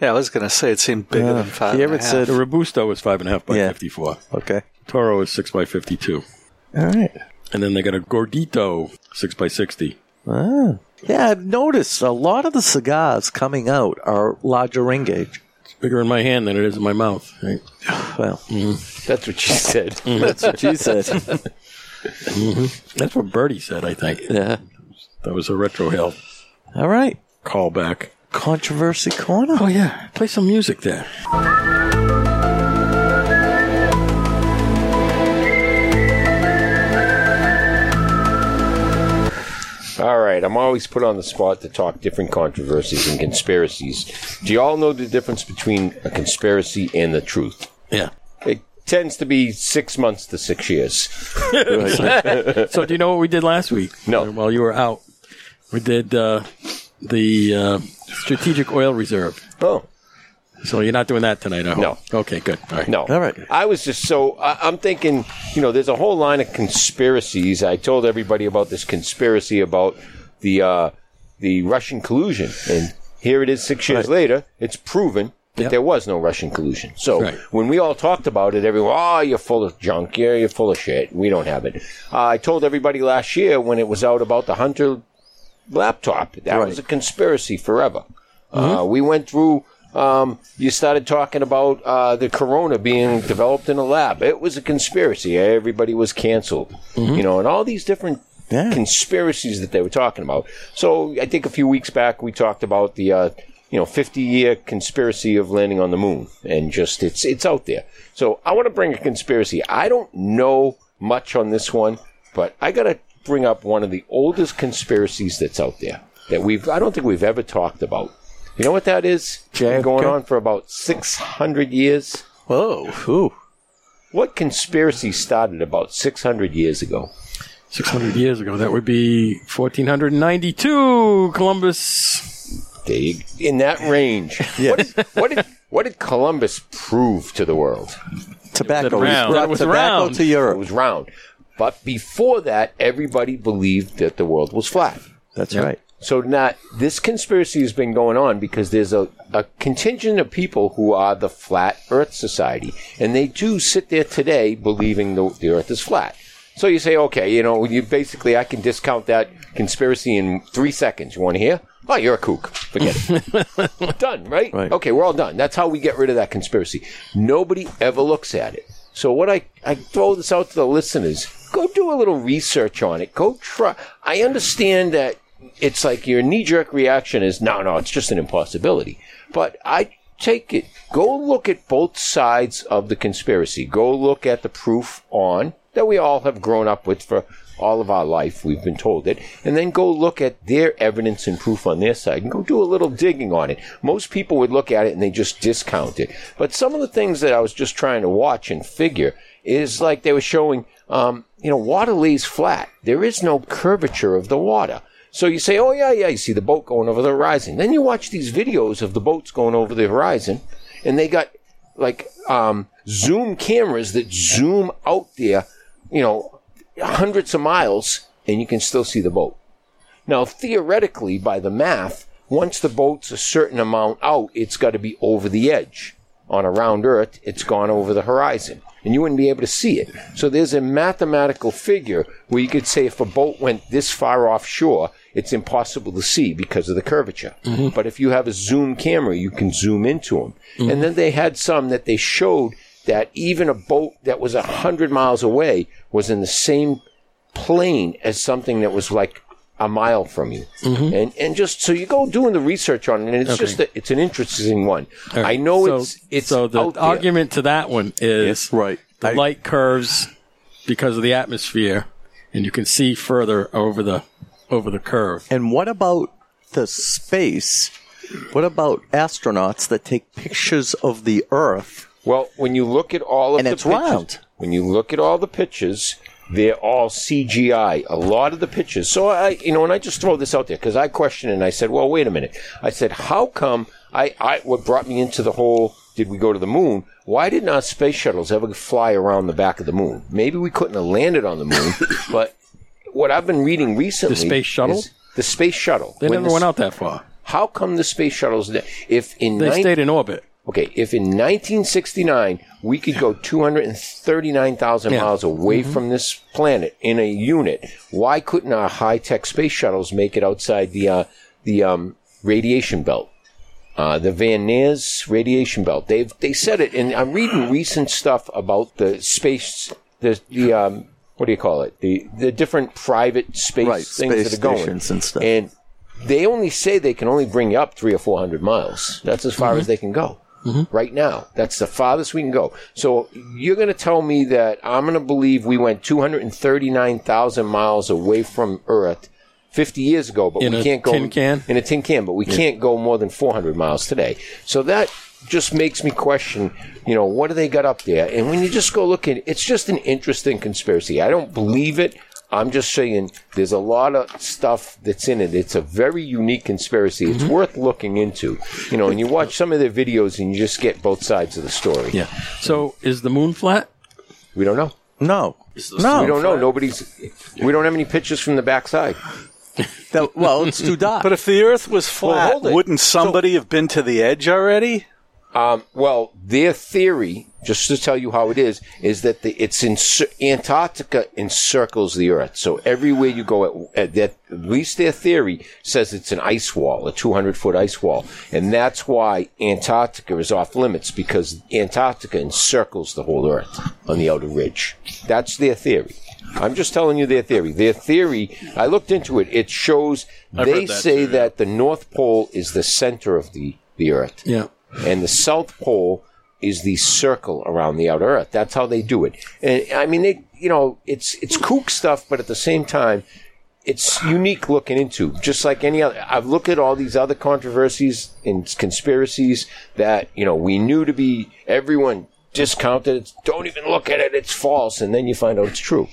S5: Yeah, I was gonna say it seemed bigger than five.
S2: here
S5: and a
S2: it
S5: half.
S2: said
S1: The Robusto is five and a half by
S2: Yeah.
S1: fifty-four.
S2: okay
S1: Toro is six by fifty-two,
S2: all right
S1: and then they got a Gordito six by sixty.
S2: ah. yeah i've noticed a lot of the cigars coming out are larger ring gauge
S1: It's bigger in my hand than it is in my mouth. Right?
S2: well
S6: That's what she said.
S2: that's what you said
S1: That's what Bertie said. I think
S2: yeah
S1: that was a retro hill
S2: all right
S1: callback.
S2: controversy corner
S1: Oh yeah, play some music there.
S6: All right, right. I'm always put on the spot to talk different controversies and conspiracies. Do you all know the difference between a conspiracy and the truth?
S1: Yeah.
S6: It tends to be six months to six years.
S1: So do you know what we did last week?
S6: No.
S1: While you were out, we did uh, the uh, strategic oil reserve.
S6: Oh.
S1: So you're not doing that tonight, I hope. No. Okay, good. All right.
S6: No.
S2: All right.
S6: I was just so I, I'm thinking, you know, there's a whole line of conspiracies. I told everybody about this conspiracy about the uh, the Russian collusion, and here it is six years later. It's proven. That
S1: Yep.
S6: there was no Russian collusion. So
S1: Right.
S6: when we all talked about it, everyone, oh, you're full of junk. Yeah, you're full of shit. We don't have it. Uh, I told everybody last year when it was out about the Hunter laptop. That was a conspiracy forever. Uh, we went through. Um, you started talking about uh, the corona being developed in a lab. It was a conspiracy. Everybody was canceled. You know, and all these different conspiracies that they were talking about. So I think a few weeks back we talked about the uh, you know 50 year conspiracy of landing on the moon, and just it's it's out there. So I want to bring a conspiracy. I don't know much on this one, but I gotta bring up one of the oldest conspiracies that's out there that we've I don't think we've ever talked about. You know what that is? It's been going on for about six hundred years.
S2: Whoa. Whew.
S6: What conspiracy started about six hundred years ago?
S1: 600 years ago. That would be 1492 Columbus.
S6: They, in that range. What, is, what did what did Columbus prove to the world?
S2: Tobacco. He's
S8: round.
S1: It
S2: brought
S1: was
S2: tobacco
S1: round.
S2: to
S6: It
S2: Europe.
S6: was round. But before that, everybody believed that the world was flat.
S2: That's right.
S6: So not this conspiracy has been going on because there's a, a contingent of people who are the Flat Earth Society, and they do sit there today believing the, the Earth is flat. So you say, okay, you know, you basically I can discount that conspiracy in three seconds. You want to hear? Oh, you're a kook. Forget it. done, right?
S2: Right.
S6: Okay, we're all done. That's how we get rid of that conspiracy. Nobody ever looks at it. So what I, I throw this out to the listeners, go do a little research on it. Go try. I understand that it's like your knee jerk reaction is no, no, it's just an impossibility. But I take it, go look at both sides of the conspiracy. Go look at the proof on that we all have grown up with for all of our life. We've been told it. And then go look at their evidence and proof on their side and go do a little digging on it. Most people would look at it and they just discount it. But some of the things that I was just trying to watch and figure is like they were showing, um, you know, water lays flat. There is no curvature of the water. So you say, oh, yeah, yeah, you see the boat going over the horizon. Then you watch these videos of the boats going over the horizon, and they got like um, zoom cameras that zoom out there, you know, hundreds of miles, and you can still see the boat. Now, theoretically, by the math, once the boat's a certain amount out, it's got to be over the edge. On a round Earth, it's gone over the horizon, and you wouldn't be able to see it. So there's a mathematical figure where you could say if a boat went this far offshore, it's impossible to see because of the curvature. But if you have a zoom camera, you can zoom into them. And then they had some that they showed that even a boat that was a hundred miles away was in the same plane as something that was like a mile from you,
S1: Mm-hmm.
S6: and and just so you go doing the research on it, and it's just a, it's an interesting one. I know
S1: So-
S6: it's it's
S1: so the
S6: out there.
S1: argument to that one is
S2: Yes, right.
S1: the
S2: I-
S1: light curves because of the atmosphere, and you can see further over the over the curve.
S2: And what about the space? What about astronauts that take pictures of the Earth?
S6: Well, when you look at all of
S2: And
S6: the
S2: it's
S6: pictures,
S2: round.
S6: when you look at all the pictures, they're all CGI. A lot of the pictures. So I, you know, and I just throw this out there because I questioned it and I said, well, wait a minute. I said, how come I, I, what brought me into the whole, did we go to the moon? Why didn't our space shuttles ever fly around the back of the moon? Maybe we couldn't have landed on the moon, but what I've been reading recently,
S1: space shuttle?
S6: is the space shuttle.
S1: They
S6: When
S1: never
S6: the
S1: went
S6: s-
S1: out that far.
S6: How come the space shuttles? If in
S1: They
S6: 19
S1: stayed in orbit.
S6: Okay, if in 1969 we could go 239,000
S1: Yeah.
S6: miles away
S2: Mm-hmm.
S6: from this planet in a unit, why couldn't our high-tech space shuttles make it outside the uh, the um, radiation belt? Uh, the Van Ness radiation belt. They've they said it, and I'm reading recent stuff about the space, the the um, what do you call it? The the different private space
S2: Right,
S6: things
S2: space
S6: that are going
S2: stations and stuff.
S6: And they only say they can only bring you up three or four hundred miles. That's as far
S2: Mm-hmm.
S6: as they can go. Right now, that's the farthest we can go. So you're going to tell me that I'm going to believe we went 239,000 miles away from Earth 50 years ago, but
S1: In
S6: we
S1: a
S6: can't go
S1: tin can?
S6: in a tin can, but we can't go more than 400 miles today. So that just makes me question, you know, what do they got up there? And when you just go look at it, it's just an interesting conspiracy. I don't believe it. I'm just saying there's a lot of stuff that's in it. It's a very unique conspiracy.
S1: Mm-hmm.
S6: It's worth looking into. You know, and you watch some of their videos and you just get both sides of the story.
S1: Yeah. So is the moon flat?
S6: We don't know.
S2: No.
S1: Oh.
S6: We don't
S2: No.
S6: know. Nobody's. We don't have any pictures from the backside.
S2: The- well, it's too dark.
S5: But if the Earth was
S6: Well,
S5: flat,
S6: hold it.
S5: wouldn't somebody have been to the edge already?
S6: Um, well, their theory, just to tell you how it is, is that the, it's in, Antarctica encircles the Earth. So everywhere you go, at, at, that, at least their theory says it's an ice wall, a 200 foot ice wall, and that's why Antarctica is off limits because Antarctica encircles the whole Earth on the outer ridge. That's their theory. I'm just telling you their theory. Their theory, I looked into it, it shows they
S8: read that
S6: say
S8: too, yeah.
S6: that the North Pole is the center of the, the Earth
S1: Yeah.
S6: and the South Pole is the circle around the outer Earth. That's how they do it. And I mean, they, you know, it's it's kook stuff, but at the same time, it's unique looking into. Just like any other, I've looked at all these other controversies and conspiracies that you know we knew to be everyone discounted. It's, Don't even look at it; it's false. And then you find out it's true.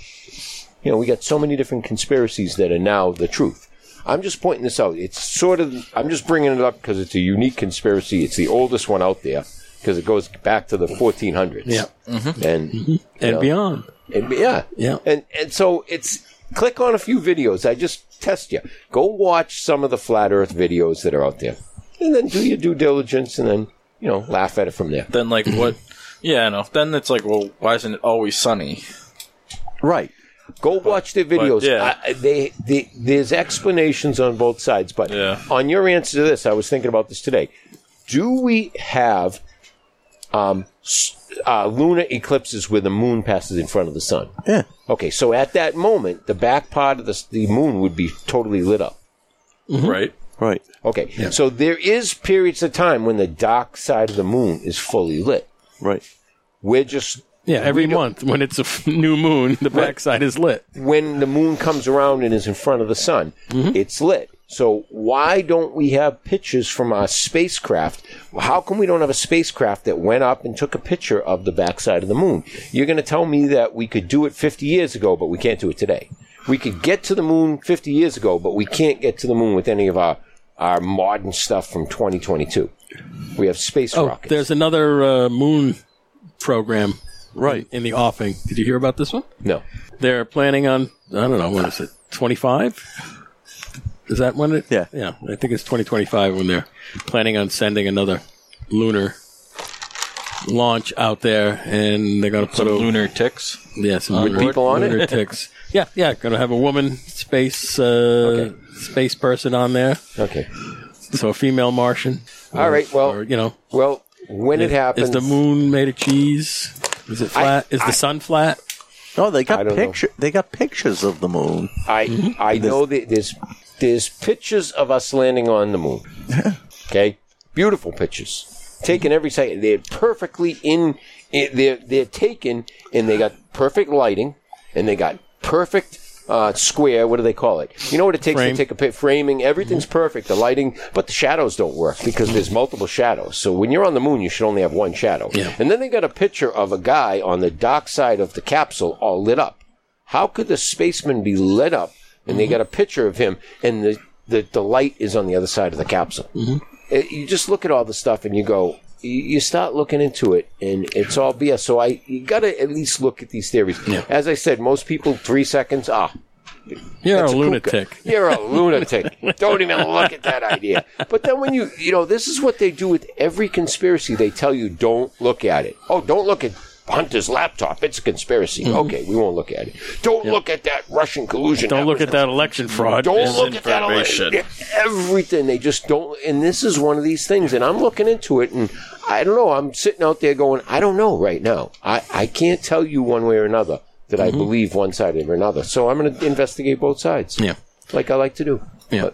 S6: You know, we got so many different conspiracies that are now the truth. I'm just pointing this out. It's sort of, I'm just bringing it up because it's a unique conspiracy. It's the oldest one out there because it goes back to the 1400s.
S1: Yeah.
S6: And,
S1: And
S6: Yeah.
S1: beyond.
S6: and yeah.
S1: Yeah.
S6: And, and so it's, click on a few videos. I just test you. Go watch some of the flat earth videos that are out there and then do your due diligence and then, you know, laugh at it from there.
S8: Then like what? Yeah, I know. Then it's like, well, why isn't it always sunny?
S2: right.
S6: Go watch their videos.
S8: yeah.
S6: I, they, they, there's explanations on both sides. But
S8: Yeah.
S6: on your answer to this, I was thinking about this today. Do we have um, s- uh, lunar eclipses where the moon passes in front of the sun?
S2: Yeah.
S6: Okay, so at that moment, the back part of the, s- the moon would be totally lit up.
S1: Mm-hmm.
S8: Right.
S2: Right.
S6: Okay, so there is periods of time when the dark side of the moon is fully lit.
S2: Right.
S6: We're just
S1: Yeah, every month when it's a f- new moon, the backside is lit.
S6: when the moon comes around and is in front of the sun,
S1: Mm-hmm.
S6: it's lit. So why don't we have pictures from our spacecraft? How come we don't have a spacecraft that went up and took a picture of the backside of the moon? You're going to tell me that we could do it 50 years ago, but we can't do it today. We could get to the moon 50 years ago, but we can't get to the moon with any of our our modern stuff from 2022. We have space
S1: Oh,
S6: rockets.
S1: there's another uh, moon program right in the offing. Did you hear about this one?
S6: no.
S1: They're planning on I don't know when is it 25? Is that when it?
S2: Yeah.
S1: yeah. I think it's 2025 when they're planning on sending another lunar launch out there, and they're going to put a
S8: Lunar ticks.
S1: yeah some lunar,
S6: people on it?
S1: lunar ticks. Yeah, yeah. Going to have a woman space uh, space person on there,
S6: Okay.
S1: so a female Martian.
S6: All right.
S1: or
S6: Well,
S1: you know,
S6: well, when it
S1: Is
S6: happens,
S1: the moon made of cheese? Is it flat? is the sun flat?
S2: Oh, they
S6: I
S2: got
S6: don't know.
S2: picture. They got pictures of the moon.
S6: I
S1: Mm-hmm.
S6: I know that there's there's pictures of us landing on the moon. Okay, beautiful pictures taken every second. They're perfectly in. in- They're they're taken and they got perfect lighting and they got perfect. Uh, square. What do they call it? You know what it takes
S1: Frame. Mm-hmm.
S6: to take a pic. Framing. Everything's perfect. The lighting, but the shadows don't work because there's multiple shadows. So when you're on the moon, you should only have one shadow.
S1: Yeah.
S6: And then they got a picture of a guy on the dark side of the capsule, all lit up. How could the spaceman be lit up and they got a picture of him and the, the, the light is on the other side of the capsule? It- you just look at all the stuff and you go, you you start looking into it and it's all BS. So I, you got to at least look at these theories. As I said, most people, three seconds, ah,
S1: You're
S6: that's
S1: a
S6: kook.
S1: lunatic.
S6: You're a lunatic. Don't even look at that idea. But then when you, you know, this is what they do with every conspiracy. They tell you don't look at it. Oh, don't look at Hunter's laptop. It's a conspiracy.
S1: Mm-hmm.
S6: Okay, we won't look at it. Don't look at that Russian collusion.
S1: Don't look
S6: was
S1: at that election fraud.
S6: don't look at that.
S8: Misinformation.
S6: ele- Everything they just don't. And this is one of these things. And I'm looking into it, and I don't know. I'm sitting out there going, I don't know right now. I I can't tell you one way or another that I believe one side or another. So I'm going to investigate both sides.
S1: Yeah.
S6: like I like to do.
S1: Yeah.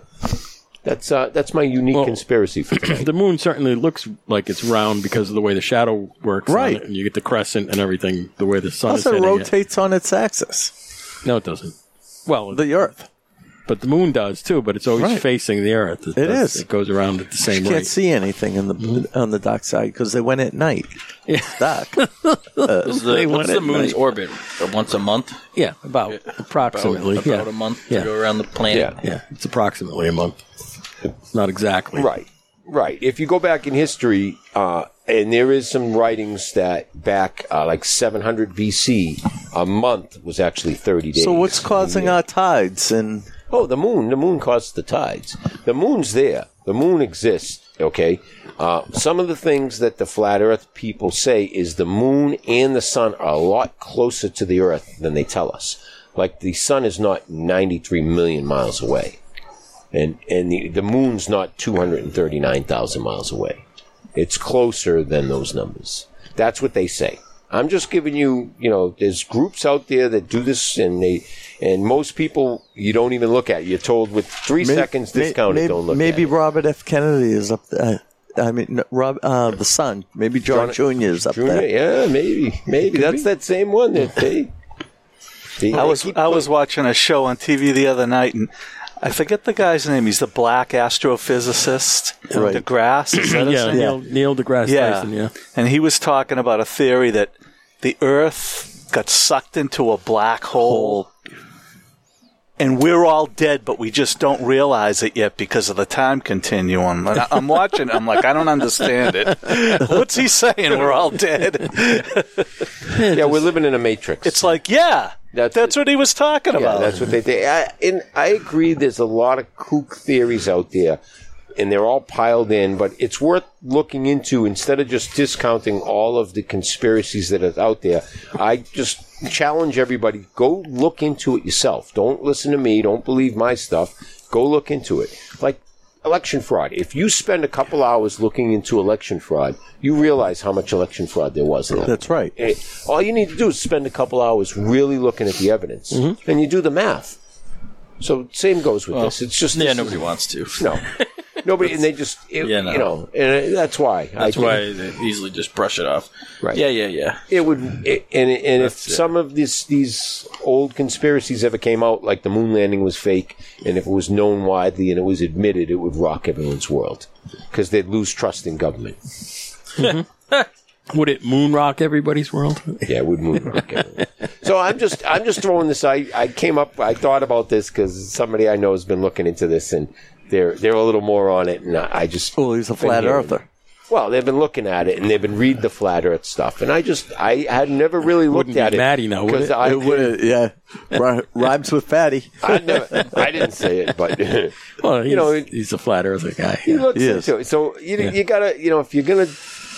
S6: That's uh, that's my unique conspiracy for tonight.
S1: the moon certainly looks like it's round because of the way the shadow works. on
S2: Right.
S1: it, and you get the crescent and everything. The way the sun is
S2: Also
S1: hitting it.
S2: rotates on its axis.
S1: No, it doesn't. Well,
S2: The Earth.
S1: But the moon does too. But it's always
S2: Right.
S1: facing the earth. It,
S2: It
S1: does-
S2: is.
S1: It goes around at the same
S2: You can't
S1: rate.
S2: see anything in the on the dock side because they went at night. It's dark.
S8: Is the,
S1: went
S8: what's the
S1: at
S8: moon's
S1: night.
S8: orbit? Once a month?
S1: Yeah, about approximately.
S8: About
S1: yeah.
S8: a month
S1: Yeah.
S8: to go around the planet.
S6: Yeah.
S1: Yeah, it's approximately a month. Not exactly.
S6: Right, right. If you go back in history, uh, and there is some writings that back uh, like 700 BC, a month was actually 30 days.
S2: So what's causing our tides? And
S6: Oh, the moon. The moon causes the tides. The moon's there. The moon exists. Okay. Uh, some of the things that the flat Earth people say is the moon and the sun are a lot closer to the Earth than they tell us. Like the sun is not 93 million miles away, and and the, the moon's not 239,000 miles away. It's closer than those numbers. That's what they say. I'm just giving you, you know, there's groups out there that do this, and they, and most people you don't even look at. You're told with three
S2: may-
S6: seconds
S2: may-
S6: discounted,
S2: may-
S6: don't look.
S2: Maybe
S6: at it.
S2: Robert F. Kennedy is up there. I mean, no, Rob, uh, the son. Maybe John Jr. is up
S6: Junior,
S2: there.
S6: yeah, maybe, maybe that's that same one that they. they-
S5: I was
S6: they keep
S5: I was watching a show on TV the other night, and I forget the guy's name. He's the black astrophysicist,
S2: Right.
S5: DeGrasse. Is that his
S1: Yeah,
S5: name?
S1: Neil, Neil deGrasse Tyson. Yeah.
S5: And he was talking about a theory that the Earth got sucked into a black hole. And we're all dead, but we just don't realize it yet because of the time continuum. And I- I'm watching. I'm like, I don't understand it. What's he saying? We're all dead.
S6: yeah, we're living in a matrix.
S5: It's like, yeah,
S6: That's-
S5: that's, what he was talking
S6: Yeah,
S5: about.
S6: that's what they think. I, and I agree. There's a lot of kook theories out there, and they're all piled in. But it's worth looking into instead of just discounting all of the conspiracies that are out there. I just challenge everybody: go look into it yourself. Don't listen to me. Don't believe my stuff. Go look into it. Like election fraud. If you spend a couple hours looking into election fraud, you realize how much election fraud there was. In that.
S2: That's right.
S6: It- all you need to do is spend a couple hours really looking at the evidence,
S8: Mm-hmm.
S6: and you do the math. So same goes with this. It's just
S8: Yeah,
S6: this
S8: nobody
S6: is-
S8: wants to.
S6: no, nobody, and they just it-
S8: Yeah, no.
S6: you know, and uh, that's why.
S8: That's
S6: I,
S8: why they easily just brush it off.
S6: Right.
S8: Yeah, yeah, yeah.
S6: it would. It, and and if some of these these old conspiracies ever came out, like the moon landing was fake, and if it was known widely and it was admitted, it would rock everyone's world because they'd lose trust in government.
S1: Would it moon rock everybody's world?
S6: Yeah, it would move. Okay. so I'm just I'm just throwing this. I I came up. I thought about this because somebody I know has been looking into this and. They're, they're a little more on it, and I I just
S2: Well, he's a flat
S6: hearing-
S2: earther.
S6: well they've been looking at it and they've been reading the flat Earth stuff, and I just I had never really looked
S1: Wouldn't be
S6: at it.
S1: Maddie now, would
S6: 'cause
S1: it?
S6: I,
S2: It would, yeah, Ri- rhymes with fatty.
S6: I, never, I didn't say it, but
S1: Well, Uh, he's,
S6: you know it-
S1: he's a flat earther guy.
S6: he
S1: yeah.
S6: looks
S2: Yes.
S6: into it. So you
S1: Yeah. Uh-huh.
S6: you gotta you know if you're gonna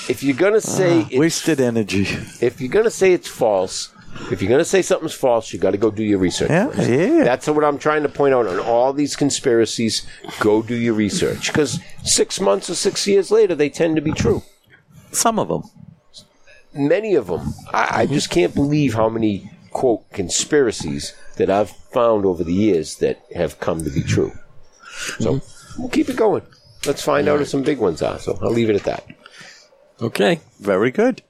S6: if you're gonna say it's
S2: Wasted energy.
S6: if you're gonna say it's false, if you're gonna say something's false, you got to go do your research.
S2: Yeah,
S6: first.
S2: yeah.
S6: That's what I'm trying to point out on all these conspiracies. Go do your research because six months or six years later, they tend to be true.
S2: Some of them.
S6: Many of them, I, I just can't believe how many quote conspiracies that I've found over the years that have come to be true. So we'll keep it going. Let's find out if some big ones are. So I'll leave it at that.
S1: Okay.
S2: Very good.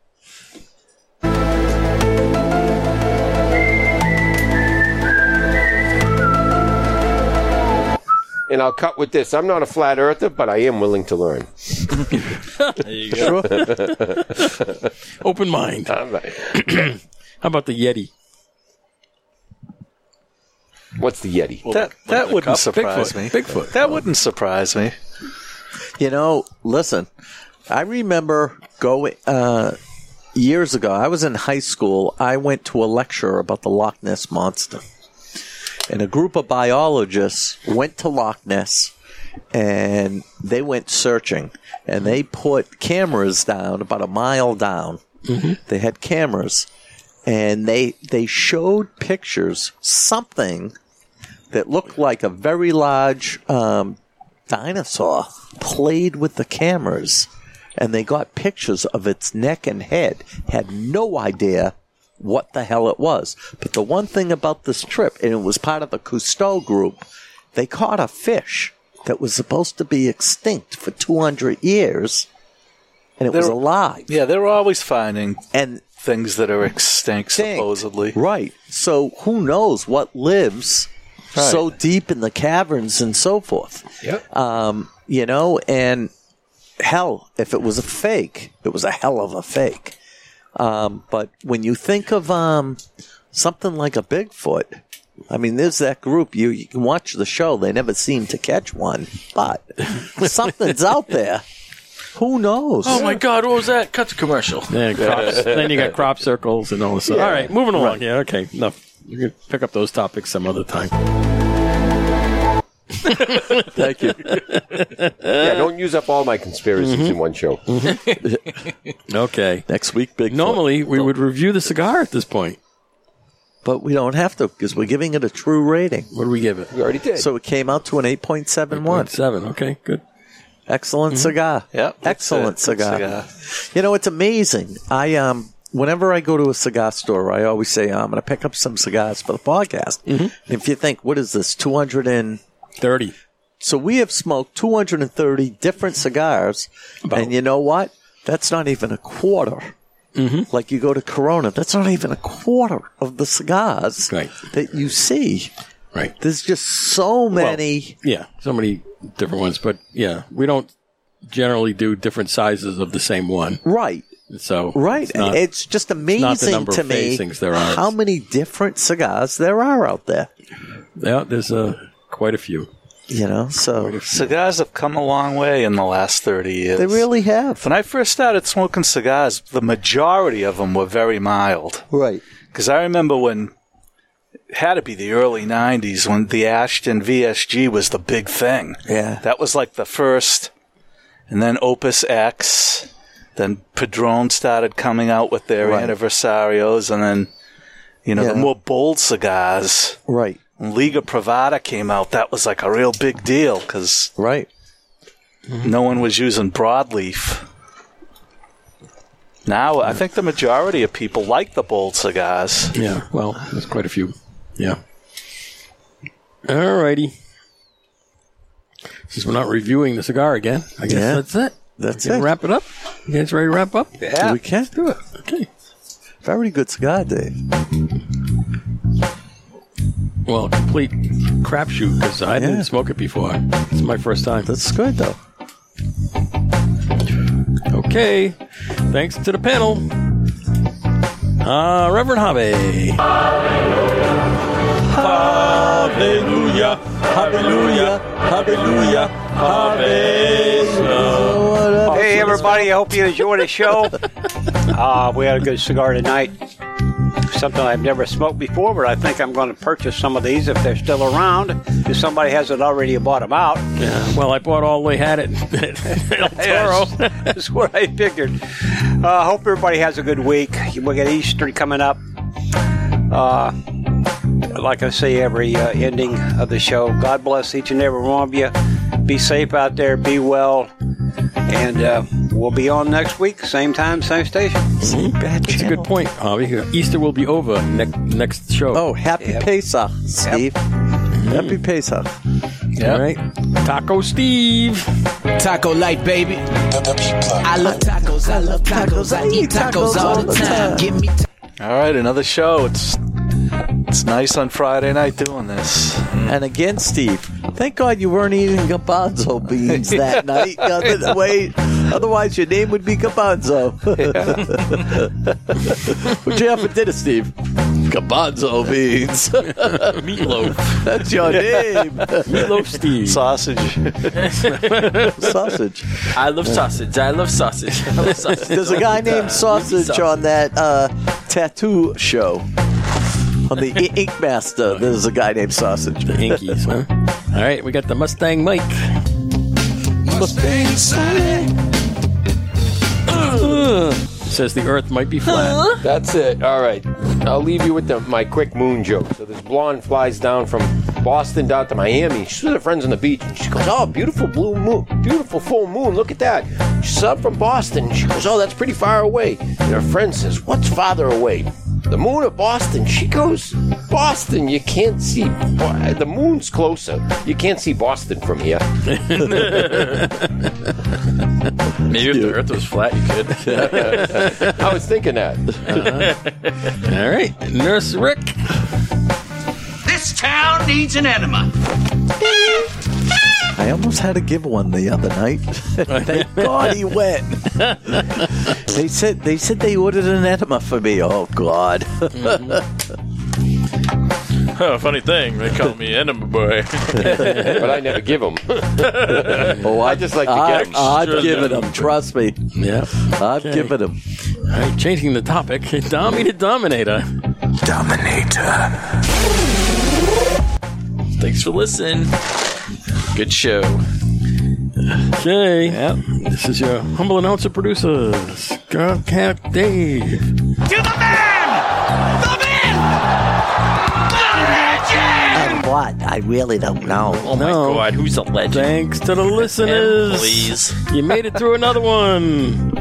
S6: And I'll cut with this. I'm not a flat earther, but I am willing to learn.
S1: Open mind. How
S6: I'm not-
S1: about the Yeti?
S6: What's the Yeti?
S5: that that wouldn't surprise
S1: Bigfoot.
S5: me.
S1: Bigfoot.
S5: That wouldn't surprise me.
S2: You know, listen, I remember going uh, years ago. I was in high school. I went to a lecture about the Loch Ness monster, and a group of biologists went to Loch Ness, and they went searching, and they put cameras down about a mile down. They had cameras, and they they showed pictures something that looked like a very large um, dinosaur played with the cameras and they got pictures of its neck and head had no idea what the hell it was but the one thing about this trip and it was part of the cousteau group they caught a fish that was supposed to be extinct for 200 years and it was
S5: There-
S2: alive
S5: Yeah, they're always finding
S2: and
S5: things that are extinct,
S2: extinct.
S5: supposedly.
S2: Right. So who knows what lives so deep in the caverns and so forth.
S6: Yep.
S2: Um, you know, and hell, if it was a fake, it was a hell of a fake. Um, but when you think of um, something like a Bigfoot, I mean, there's that group. You, you can watch the show; they never seem to catch one, but something's out there. Who knows?
S8: Oh my God! What was that? Cut the commercial.
S1: Yeah, crops. then you got crop circles and all this. stuff. All right, moving along. Yeah, okay. Enough. You can pick up those topics some other time.
S2: Thank you.
S6: yeah, don't use up all my conspiracies in one show.
S1: Okay.
S2: Next week, Bigfoot.
S1: Normally, we would review the cigar at this point.
S2: but we don't have to because we're giving it a true rating.
S1: What do we give it?
S6: We already did.
S2: So it came out to an eight point seven one.
S1: Seven. Okay, good.
S2: Excellent cigar.
S5: Yep, that's it.
S2: Excellent
S5: Good
S2: cigar.
S5: cigar.
S2: You know, it's amazing. I um whenever I go to a cigar store, I always say "Oh, I'm going to pick up some cigars for the podcast. If you think, what is this? 200 and
S1: Thirty.
S2: so we have smoked 230 different cigars, and you know what? That's not even a quarter. Like you go to Corona, that's not even a quarter of the cigars
S1: Right.
S2: that you see.
S1: Right.
S2: There's just so many.
S1: Yeah, so many different ones, but yeah, we don't generally do different sizes of the same one.
S2: Right.
S1: So
S2: Right.
S1: it's
S2: and
S1: not-
S2: it's just amazing
S1: not the number
S2: to
S1: of
S2: me
S1: facings there are.
S2: how many different cigars there are out there.
S1: yeah, there's uh, quite a few.
S2: You know, so
S5: Cigars have come a long way in the last 30 years.
S2: they really have.
S5: When I first started smoking cigars, the majority of them were very mild.
S2: Right.
S5: Because I remember when, had to be the early 90s, when the Ashton VSG was the big thing.
S2: Yeah.
S5: That was like the first, and then Opus X, then Padron started coming out with their
S2: Right.
S5: anniversarios, and then, you know,
S2: Yeah.
S5: the more bold cigars.
S2: Right.
S5: When Liga Privada came out, that was like a real big deal because
S2: Right.
S5: no one was using broadleaf. Now, I think the majority of people like the bold cigars.
S1: Yeah, well, there's quite a few. Yeah. All righty. Since we're not reviewing the cigar again, I guess
S2: Yeah.
S1: that's it.
S2: That's
S1: Can
S2: it.
S1: wrap it up. You guys ready to wrap up?
S5: Yeah.
S2: We can't do it.
S1: Okay.
S2: Very good cigar, Dave.
S1: Well, complete crapshoot because I
S2: Yeah.
S1: didn't smoke it before. It's my first time.
S2: That's good, though.
S1: Okay. Thanks to the panel. Uh, Reverend Hobby. Hallelujah. Hallelujah. Hallelujah. Hallelujah.
S3: Hey, everybody, I hope you enjoyed the show. uh, we had a good cigar tonight. Something I've never smoked before, but I think I'm going to purchase some of these if they're still around. If somebody hasn't already bought them out,
S1: Yeah, well, I bought all they had at, at El Toro.
S3: Yes, That's what I figured. Uh, hope everybody has a good week. We got Easter coming up. Uh, like I say every uh, ending of the show, God bless each and every one of you. Be safe out there. Be well. And uh, we'll be on next week, same time, same station.
S1: That's a good point, Avi. Easter will be over next next show.
S2: Oh, happy
S3: Yep.
S2: Pesach, Steve. Happy Pesach.
S1: all right. Taco Steve.
S4: Taco light, baby. I love tacos. I love tacos. I eat tacos all the time. Give me.
S5: All right, another show. It's it's nice on Friday night doing this.
S8: Hmm.
S2: And again, Steve, thank God you weren't eating garbanzo beans that night. Other way, otherwise, your name would be garbanzo. What'd you have for dinner, Steve? Garbanzo beans.
S1: Meatloaf.
S2: That's your name.
S1: Meatloaf Steve.
S5: Sausage.
S2: Sausage.
S8: I love sausage. I love sausage. I love sausage.
S2: There's a guy named Sausage on that uh, tattoo show. On the I- Ink Master, there's a guy named Sausage.
S1: Yankees, huh? All right, we got the Mustang Mike. Ugh. Says the Earth might be flat.
S6: That's it. All right. I'll leave you with the, my quick moon joke. So this blonde flies down from Boston down to Miami. She's with her friends on the beach. And she goes, "Oh, beautiful blue moon, beautiful full moon. Look at that." She's up from Boston. She goes, "Oh, that's pretty far away." And her friend says, "What's farther away?" The moon of Boston. She goes, "Boston. You can't see. Bo- The moon's closer. You can't see Boston from here."
S8: Maybe if the Earth was flat, you could.
S6: I was thinking that.
S1: All right, Nurse Rick.
S9: This town needs an enema.
S2: I almost had to give one the other night. Thank God he went. they said they said they ordered an enema for me. Oh God.
S8: Oh, funny thing, they call me Enema Boy.
S6: but I never give them.
S2: Oh,
S6: I just like to
S2: I,
S6: get them.
S2: I've given him. Trust me,
S1: Yeah.
S2: I've
S1: Okay.
S2: given him.
S1: All right, changing the topic. Dommy to Dominator.
S8: Thanks for listening. Good show.
S1: Okay. Yep. This is your humble announcer producer, Scott Cat Dave.
S9: To the man! The man! The legend!
S2: What? I really don't know.
S8: Oh my
S1: No.
S8: god, who's a legend?
S1: Thanks to the listeners.
S8: Please.
S1: You made it through another one.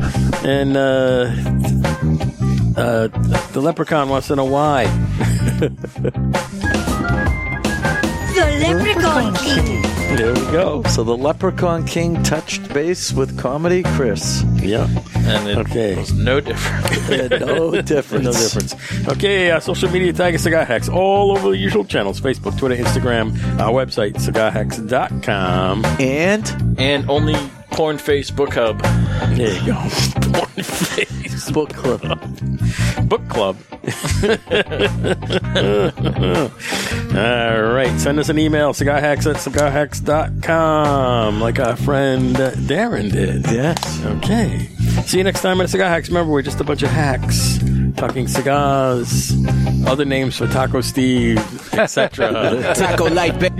S1: And uh, uh, the leprechaun wants to know why.
S10: The Leprechaun King.
S1: There we go.
S2: So the Leprechaun King touched base with comedy, Chris.
S1: Yeah.
S8: And it
S1: Okay.
S8: was no different.
S2: Yeah, no difference.
S1: No difference. Okay, uh, social media tag is Cigar Hacks all over the usual channels Facebook, Twitter, Instagram, our website, cigarhacks.com.
S2: And
S8: and only Pornface Book Hub.
S1: There you go.
S8: Pornface
S2: book club.
S1: Book Club. all right, send us an email, cigarhacks at cigarhacks.com, like our friend uh, Darren did.
S2: Yes.
S1: Okay. See you next time at Cigar Hacks. Remember, we're just a bunch of hacks talking cigars, other names for Taco Steve, etc.
S4: Taco light, ba-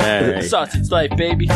S1: All right.
S8: Sausage Life, baby.